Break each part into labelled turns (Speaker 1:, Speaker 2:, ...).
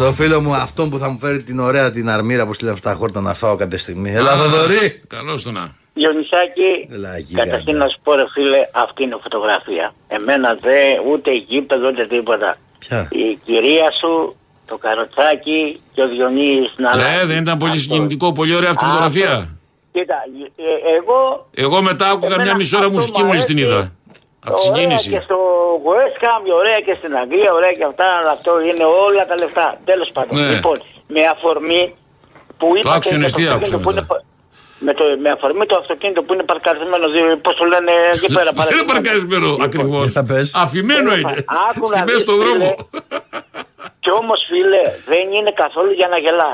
Speaker 1: στο φίλο μου αυτόν που θα μου φέρει την ωραία την αρμύρα που στείλαμε στα χόρτα να φάω κάποια στιγμή. Έλα Θοδωρή!
Speaker 2: Καλώς το να.
Speaker 3: Διονυσάκη,
Speaker 1: Έλα, γίγαντα.
Speaker 3: καταρχήν να σου πω ρε φίλε, αυτή είναι η φωτογραφία. Εμένα δε, ούτε γήπεδο, ούτε τίποτα.
Speaker 1: Ποια?
Speaker 3: Η κυρία σου, το καροτσάκι και ο Διονύης να
Speaker 2: Ε, δεν ήταν πολύ
Speaker 3: Αυτό.
Speaker 2: συγκινητικό, πολύ ωραία αυτή η
Speaker 3: Αυτό.
Speaker 2: φωτογραφία.
Speaker 3: Κοίτα, ε, εγώ...
Speaker 2: Εγώ μετά άκουγα
Speaker 3: Εμένα
Speaker 2: μια μισή ώρα
Speaker 3: αυτό
Speaker 2: μουσική
Speaker 3: μου
Speaker 2: μόλις την
Speaker 3: αρέσει.
Speaker 2: είδα. Από τη
Speaker 3: Ωραία και
Speaker 2: συγκίνηση.
Speaker 3: στο West Ham, ωραία και στην Αγγλία, ωραία και αυτά, αλλά αυτό είναι όλα τα λεφτά. Τέλος πάντων.
Speaker 2: Ναι.
Speaker 3: Λοιπόν, με αφορμή που είπατε
Speaker 2: άκουσε
Speaker 3: με
Speaker 2: νηστεία,
Speaker 3: αυτοκίνητο
Speaker 2: άκουσε
Speaker 3: που είναι
Speaker 2: μετά.
Speaker 3: πα- με, το, με αφορμή το αυτοκίνητο που είναι παρκαρισμένο, δι- πώς το λένε εκεί πέρα.
Speaker 2: Δεν είναι
Speaker 3: παρατηρημένο.
Speaker 2: παρκαρισμένο
Speaker 3: Λοιπόν,
Speaker 2: ακριβώς.
Speaker 1: Για πες.
Speaker 2: Αφημένο
Speaker 3: Άκου
Speaker 2: είναι.
Speaker 3: να
Speaker 2: Στη μέση
Speaker 3: δεις,
Speaker 2: στον δρόμο.
Speaker 3: Κι όμως, φίλε, δεν είναι καθόλου για να γελάς.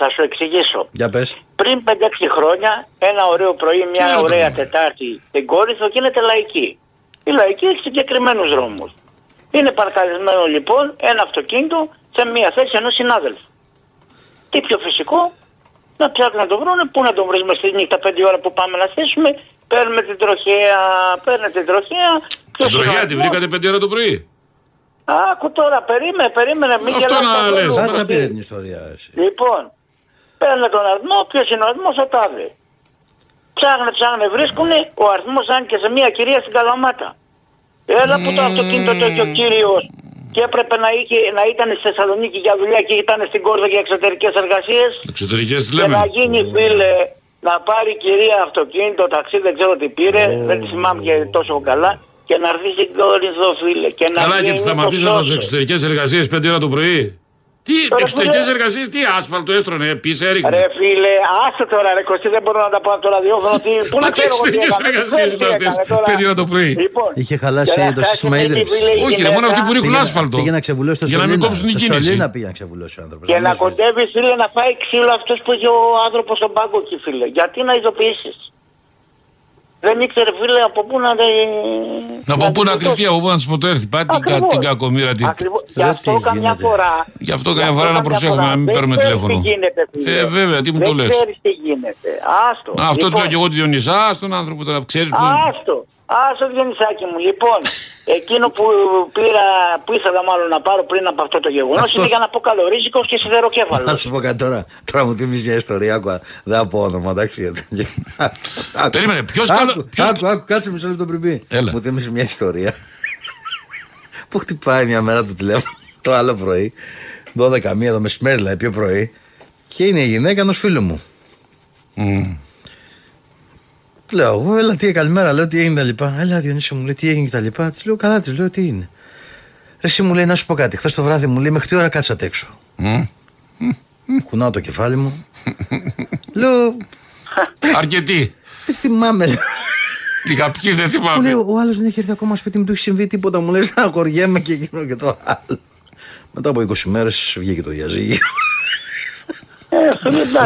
Speaker 3: Θα σου εξηγήσω.
Speaker 1: Για πες.
Speaker 3: Πριν 5-6 χρόνια, ένα ωραίο πρωί, μια
Speaker 2: Τι να
Speaker 3: ωραία
Speaker 2: κάνουμε.
Speaker 3: Τετάρτη στην Κόρυθο γίνεται λαϊκή. Η λαϊκή έχει συγκεκριμένους δρόμους. Είναι παρκαρισμένο λοιπόν ένα αυτοκίνητο σε μια θέση ενός συνάδελφου. Τι πιο φυσικό, να ψάχνουν να τον βρούνε, πού να τον βρούμε στη νύχτα 5 ώρα που πάμε να στήσουμε. Παίρνουμε την τροχέα, παίρνουμε την τροχέα.
Speaker 2: Την
Speaker 3: ποιος είναι ο
Speaker 2: τροχιά τη
Speaker 3: αριθμός?
Speaker 2: βρήκατε 5 ώρα το πρωί.
Speaker 3: Άκου τώρα, περίμενε, περίμενε, μην
Speaker 2: Αυτό
Speaker 3: γελάς
Speaker 2: να
Speaker 3: καθόλου.
Speaker 2: λες.
Speaker 1: Κάτσε να πήρε την ιστορία εσύ.
Speaker 3: Λοιπόν, παίρνε τον αριθμό, ποιος είναι ο αριθμός, ο τάδε. Ψάχνε, ψάχνε, βρίσκουνε, ο αριθμός και σε μια κυρία στην Καλαμάτα. Έλα που το αυτοκίνητο το είχε ο κύριος και έπρεπε να, είχε, να ήταν στη Θεσσαλονίκη για δουλειά και ήταν στην Κόρδο για εξωτερικές εργασίες.
Speaker 2: Εξωτερικές τι
Speaker 3: Και να
Speaker 2: λέμε.
Speaker 3: γίνει φίλε να πάρει η κυρία αυτοκίνητο, ταξί, δεν ξέρω τι πήρε,
Speaker 1: Ω.
Speaker 3: δεν τη θυμάμαι και τόσο καλά. Και να έρθει στην Κόρδο, φίλε. Και να
Speaker 2: Καλά και
Speaker 3: γίνει
Speaker 2: τι
Speaker 3: το
Speaker 2: σταματήσατε τι
Speaker 3: ψώσιο.
Speaker 2: εξωτερικές εργασίες 5 ώρα το πρωί. Τι
Speaker 3: Τώρα
Speaker 2: εξωτερικέ
Speaker 3: που λέω-
Speaker 2: εργασίες, τι άσφαλτο έστρωνε, πίσε, έριχνε.
Speaker 3: Ρε φίλε, άσε τώρα ρε Κωστή, δεν μπορώ να τα πω από το ραδιόφωνο. Τι, πού
Speaker 2: Μα
Speaker 3: να
Speaker 2: τι
Speaker 3: ξέρω εγώ τι
Speaker 2: εξωτερικές
Speaker 3: έκανα,
Speaker 2: εργασίες
Speaker 3: δεν
Speaker 2: ήταν
Speaker 3: ξέρω τι
Speaker 2: αυτέ,
Speaker 3: έκανα τώρα.
Speaker 2: 5 ώρα το πρωί.
Speaker 3: Λοιπόν,
Speaker 1: Είχε χαλάσει
Speaker 3: για να
Speaker 1: το
Speaker 3: φτάσει
Speaker 1: σύστημα
Speaker 3: εκεί,
Speaker 1: ίδρυσης.
Speaker 3: φίλε, η
Speaker 2: Όχι, ρε, μόνο
Speaker 3: γυναίκα
Speaker 2: αυτοί που ρίχνουν
Speaker 1: Πήγε να-
Speaker 2: άσφαλτο.
Speaker 1: Πήγε να ξεβουλώσει το
Speaker 2: Για να μην
Speaker 1: σωλήνα.
Speaker 2: κόψουν την
Speaker 1: Στο
Speaker 2: κίνηση.
Speaker 1: σωλήνα πήγε να ξεβουλώσει ο άνθρωπος.
Speaker 3: Και
Speaker 1: Δεν
Speaker 3: να
Speaker 1: μας νοιάζει.
Speaker 3: κοντεύει φίλε να φάει ξύλο αυτός που είχε ο άνθρωπος στον πάγκο εκεί φίλε. Γιατί να ειδοποιήσεις. Δεν ήξερε φίλε από πού να.
Speaker 2: Να πω πού να κρυφτεί, από πού να σποτέρθει. Πάτε την κα-
Speaker 3: Ακριβώς.
Speaker 2: την κακομήρα την.
Speaker 3: Ακριβώς. Γι'
Speaker 1: Ρε,
Speaker 3: αυτό
Speaker 1: τι
Speaker 3: καμιά
Speaker 1: γίνεται.
Speaker 3: φορά.
Speaker 2: Γι' αυτό καμιά φορά να
Speaker 3: καμιά
Speaker 2: προσέχουμε,
Speaker 3: φορά
Speaker 2: να μην
Speaker 3: δεν
Speaker 2: παίρνουμε
Speaker 3: ξέρεις
Speaker 2: τηλέφωνο.
Speaker 3: Τι γίνεται, φίλε.
Speaker 2: Ε, βέβαια, τι μου το
Speaker 3: δεν
Speaker 2: λες.
Speaker 3: ξέρεις τι γίνεται. Άστο.
Speaker 2: Α, Αυτό το
Speaker 3: Λοιπόν,
Speaker 2: λέω και εγώ τη Διονυσά, Α, τον άνθρωπο τώρα ξέρεις που. είναι.
Speaker 3: Άστο, άστο Διονυσάκη μου. Λοιπόν, εκείνο που πήρα, που ήθελα μάλλον να πάρω πριν από αυτό το γεγονός
Speaker 1: Αυτός.
Speaker 3: είναι για να πω καλορίζικο και
Speaker 1: Να
Speaker 3: σιδεροκέφαλο.
Speaker 1: σου πω κάτι τώρα. Τώρα μου θύμισε μια ιστορία. Άκουα. Δεν θα πω όνομα, εντάξει. Άκου.
Speaker 2: Περίμενε, ποιος
Speaker 1: Άκου,
Speaker 2: καλό- ποιος-
Speaker 1: Άκου, άκου, κάτσε μισό λεπτό πριν πει.
Speaker 2: Έλα.
Speaker 1: Μου θύμισε μια ιστορία. Που χτυπάει μια μέρα το τηλέφωνο το άλλο πρωί. 12 μία το μεσημέρι, δηλαδή πιο πρωί. Και είναι η γυναίκα ενός φίλου μου. Του Λέω εγώ, έλα τι καλημέρα, λέω τι έγινε τα λοιπά. Έλα Διονύση μου λέει τι έγινε και τα λοιπά. Της λέω καλά, της λέω τι είναι. Ρε, Εσύ μου λέει να σου πω κάτι. Χθες το βράδυ μου λέει μέχρι τι ώρα κάτσατε έξω. Κουνάω το κεφάλι μου. λέω
Speaker 2: Αρκετοί.
Speaker 1: δεν θυμάμαι. λέω.
Speaker 2: Οι καπιοί δεν
Speaker 1: Μου λέει
Speaker 2: θυμάμαι.
Speaker 1: ο άλλος δεν έχει έρθει ακόμα σπίτι μου, του έχει συμβεί τίποτα. Μου λέει στεναχωριέμαι και εκείνο και το άλλο. Μετά από 20 μέρες βγήκε το διαζύγιο.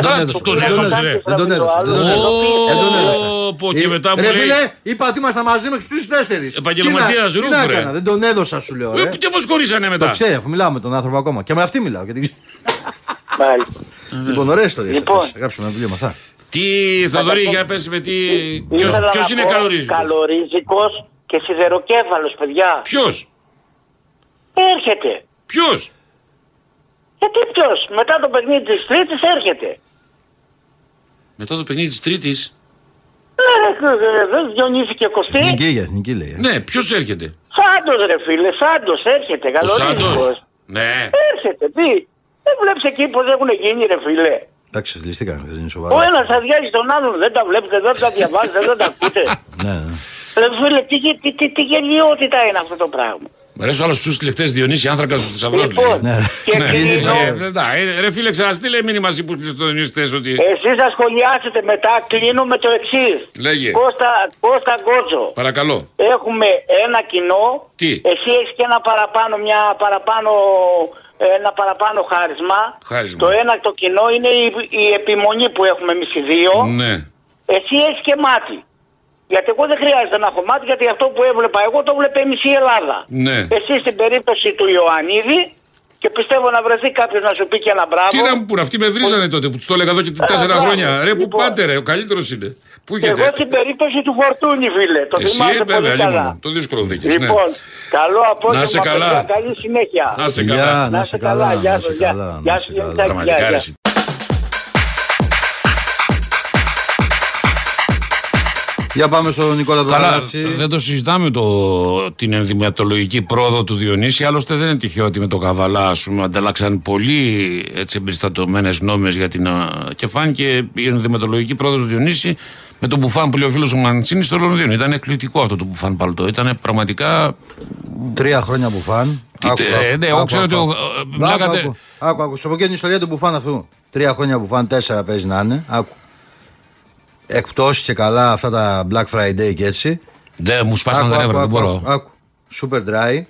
Speaker 2: Τώρα τον
Speaker 1: έδωσε. Δεν τον
Speaker 2: έδωσε, ρε.
Speaker 1: Δεν τον έδωσε, δεν τον έδωσε.
Speaker 2: Ω,
Speaker 1: Δεν τον έδωσα.
Speaker 2: πω, και
Speaker 1: Ε,
Speaker 2: μετά μου
Speaker 1: ρε,
Speaker 2: λέει-
Speaker 1: φίλε, είπα ότι ήμασταν μαζί μέχρι τις 4.
Speaker 2: Επαγγελματίας ρούφ,
Speaker 1: Τι να
Speaker 2: ρε.
Speaker 1: έκανα, δεν τον έδωσα, σου λέω. Ρε.
Speaker 2: Ε, Και πώς χωρίσανε
Speaker 1: Το
Speaker 2: μετά.
Speaker 1: ξέρει, αφού μιλάω με τον άνθρωπο ακόμα. Και με αυτή μιλάω. γιατί την
Speaker 2: Ε,
Speaker 1: ξέρω. Λοιπόν, ωραίε ιστορίε.
Speaker 3: Λοιπόν.
Speaker 1: Θα γράψουμε ένα βιβλίο με αυτά.
Speaker 2: Τι, Θοδωρή, για πες με τι. Ποιο είναι καλορίζικος.
Speaker 3: Καλορίζικος και σιδεροκέφαλος, παιδιά.
Speaker 2: Ποιος,
Speaker 3: Έρχεται.
Speaker 2: ποιος.
Speaker 3: Γιατί ποιος, μετά το παιχνίδι της Τρίτης έρχεται.
Speaker 2: Μετά το παιχνίδι της Τρίτης.
Speaker 3: Ναι, ρε, ρε, δεν Διονύση και Κωστή.
Speaker 1: Εθνική για εθνική λέει. ε.
Speaker 2: Ναι, ποιος έρχεται.
Speaker 3: Σάντος, ρε φίλε, Σάντος έρχεται.
Speaker 2: Ο Σάντο.
Speaker 3: Καλορίζικο.
Speaker 2: Ναι.
Speaker 3: Έρχεται, τι. Δεν βλέπεις εκεί πώ έχουν γίνει, ρε φίλε.
Speaker 1: Εντάξει, ληστήκαμε, δεν είναι
Speaker 3: Ο
Speaker 1: σοβαρό.
Speaker 3: ένας αδειάζει τον άλλον, δεν τα βλέπετε, δεν τα διαβάζετε, δεν τα ακούτε.
Speaker 1: Ναι, ναι.
Speaker 3: Ρε φίλε, τι, τι, τι, τι γελιότητα είναι αυτό το πράγμα.
Speaker 2: Μ' αρέσει ο άλλος του τηλεχτέ Διονύση άνθρακα στους θησαυρός.
Speaker 4: Λοιπόν,
Speaker 2: Ναι.
Speaker 4: και κλείνω.
Speaker 2: Ε, Ρε φίλε, ξαναστείλε μήνυμα εσύ που κλείσει το Διονύση θες ότι.
Speaker 3: Ε,
Speaker 4: Εσείς θα σχολιάσετε μετά. Κλείνω με το εξής.
Speaker 2: Λέγε.
Speaker 4: Κώστα, Κώστα Γκότζο.
Speaker 2: Παρακαλώ.
Speaker 4: Έχουμε ένα κοινό.
Speaker 2: Τι?
Speaker 4: Εσύ έχεις και ένα παραπάνω, μια παραπάνω, ένα παραπάνω χάρισμα.
Speaker 2: Χάρισμα.
Speaker 4: Το ένα το κοινό είναι η, η επιμονή που έχουμε εμείς οι δύο.
Speaker 3: λοιπόν,
Speaker 2: Ναι.
Speaker 4: Εσύ έχεις και μάτι. Γιατί εγώ δεν χρειάζεται να έχω μάτι, γιατί αυτό που έβλεπα εγώ το βλέπε η μισή Ελλάδα.
Speaker 2: Ναι.
Speaker 4: Εσύ στην περίπτωση του Ιωαννίδη και πιστεύω να βρεθεί κάποιος να σου πει και ένα μπράβο.
Speaker 2: Τι να μου πούνε, αυτοί με βρίζανε τότε που τους το έλεγα εδώ και τέσσερα
Speaker 4: μπράβο.
Speaker 2: χρόνια. Ρε, που
Speaker 4: Ε, Λοιπόν.
Speaker 2: πάτε, ρε, ο καλύτερος είναι. Πού
Speaker 4: Και εγώ
Speaker 2: είχετε.
Speaker 4: στην περίπτωση του Φορτούνη, φίλε. Το
Speaker 2: Εσύ,
Speaker 4: θυμάστε πολύ
Speaker 2: βέβαια,
Speaker 4: καλά.
Speaker 2: λίγο. Το δύσκολο ναι. βρήκε.
Speaker 4: Λοιπόν, καλό απόγευμα.
Speaker 2: Να σε καλά.
Speaker 4: παιδιά. Καλή συνέχεια.
Speaker 2: Να σε
Speaker 1: Γεια,
Speaker 2: καλά.
Speaker 1: να είσαι καλά,
Speaker 4: Γεια
Speaker 1: να
Speaker 4: σου,
Speaker 1: είσαι
Speaker 4: γεια.
Speaker 1: καλά,
Speaker 4: Γεια
Speaker 1: να
Speaker 4: σου,
Speaker 1: είσαι καλά.
Speaker 4: Γιονιτάκη, γεια,
Speaker 2: Πραγματικά,
Speaker 4: γεια.
Speaker 2: ρε, εσύ.
Speaker 1: Για πάμε στον Νικόλα
Speaker 2: Καλά, ε,
Speaker 1: Μπραγάτση.
Speaker 2: δεν το συζητάμε το, την ενδυματολογική πρόοδο του Διονύση. Άλλωστε, δεν είναι τυχαίο ότι με το Καβαλά, ας πούμε, ανταλλάξαν πολύ έτσι εμπεριστατωμένες νόμες για την. α, και φάνηκε η ενδυματολογική πρόοδος του Διονύση με τον Μπουφάν που λέει ο φίλος ο Μαντσίνης στο Λονδίνο. Ήταν εκπληκτικό αυτό το Μπουφάν παλτό. Ήταν πραγματικά.
Speaker 1: Τρία χρόνια μπουφάν.
Speaker 2: Τι τε- ε, ναι, εγώ ξέρω ότι ο- ε, ε, μιλάγατε-
Speaker 1: Άκου, άκου, άκου. Σου πω και την ιστορία του μπουφάν αυτού. Τρία χρόνια μπουφάν, τέσσερα παίζει να είναι. Άκου. Εκτό και καλά αυτά τα Black Friday και έτσι.
Speaker 2: Δεν μου σπάσαν
Speaker 1: Άκου,
Speaker 2: τα
Speaker 1: άκου,
Speaker 2: νεύρα, δεν
Speaker 1: άκου,
Speaker 2: μπορώ.
Speaker 1: άκου, άκου. Super dry.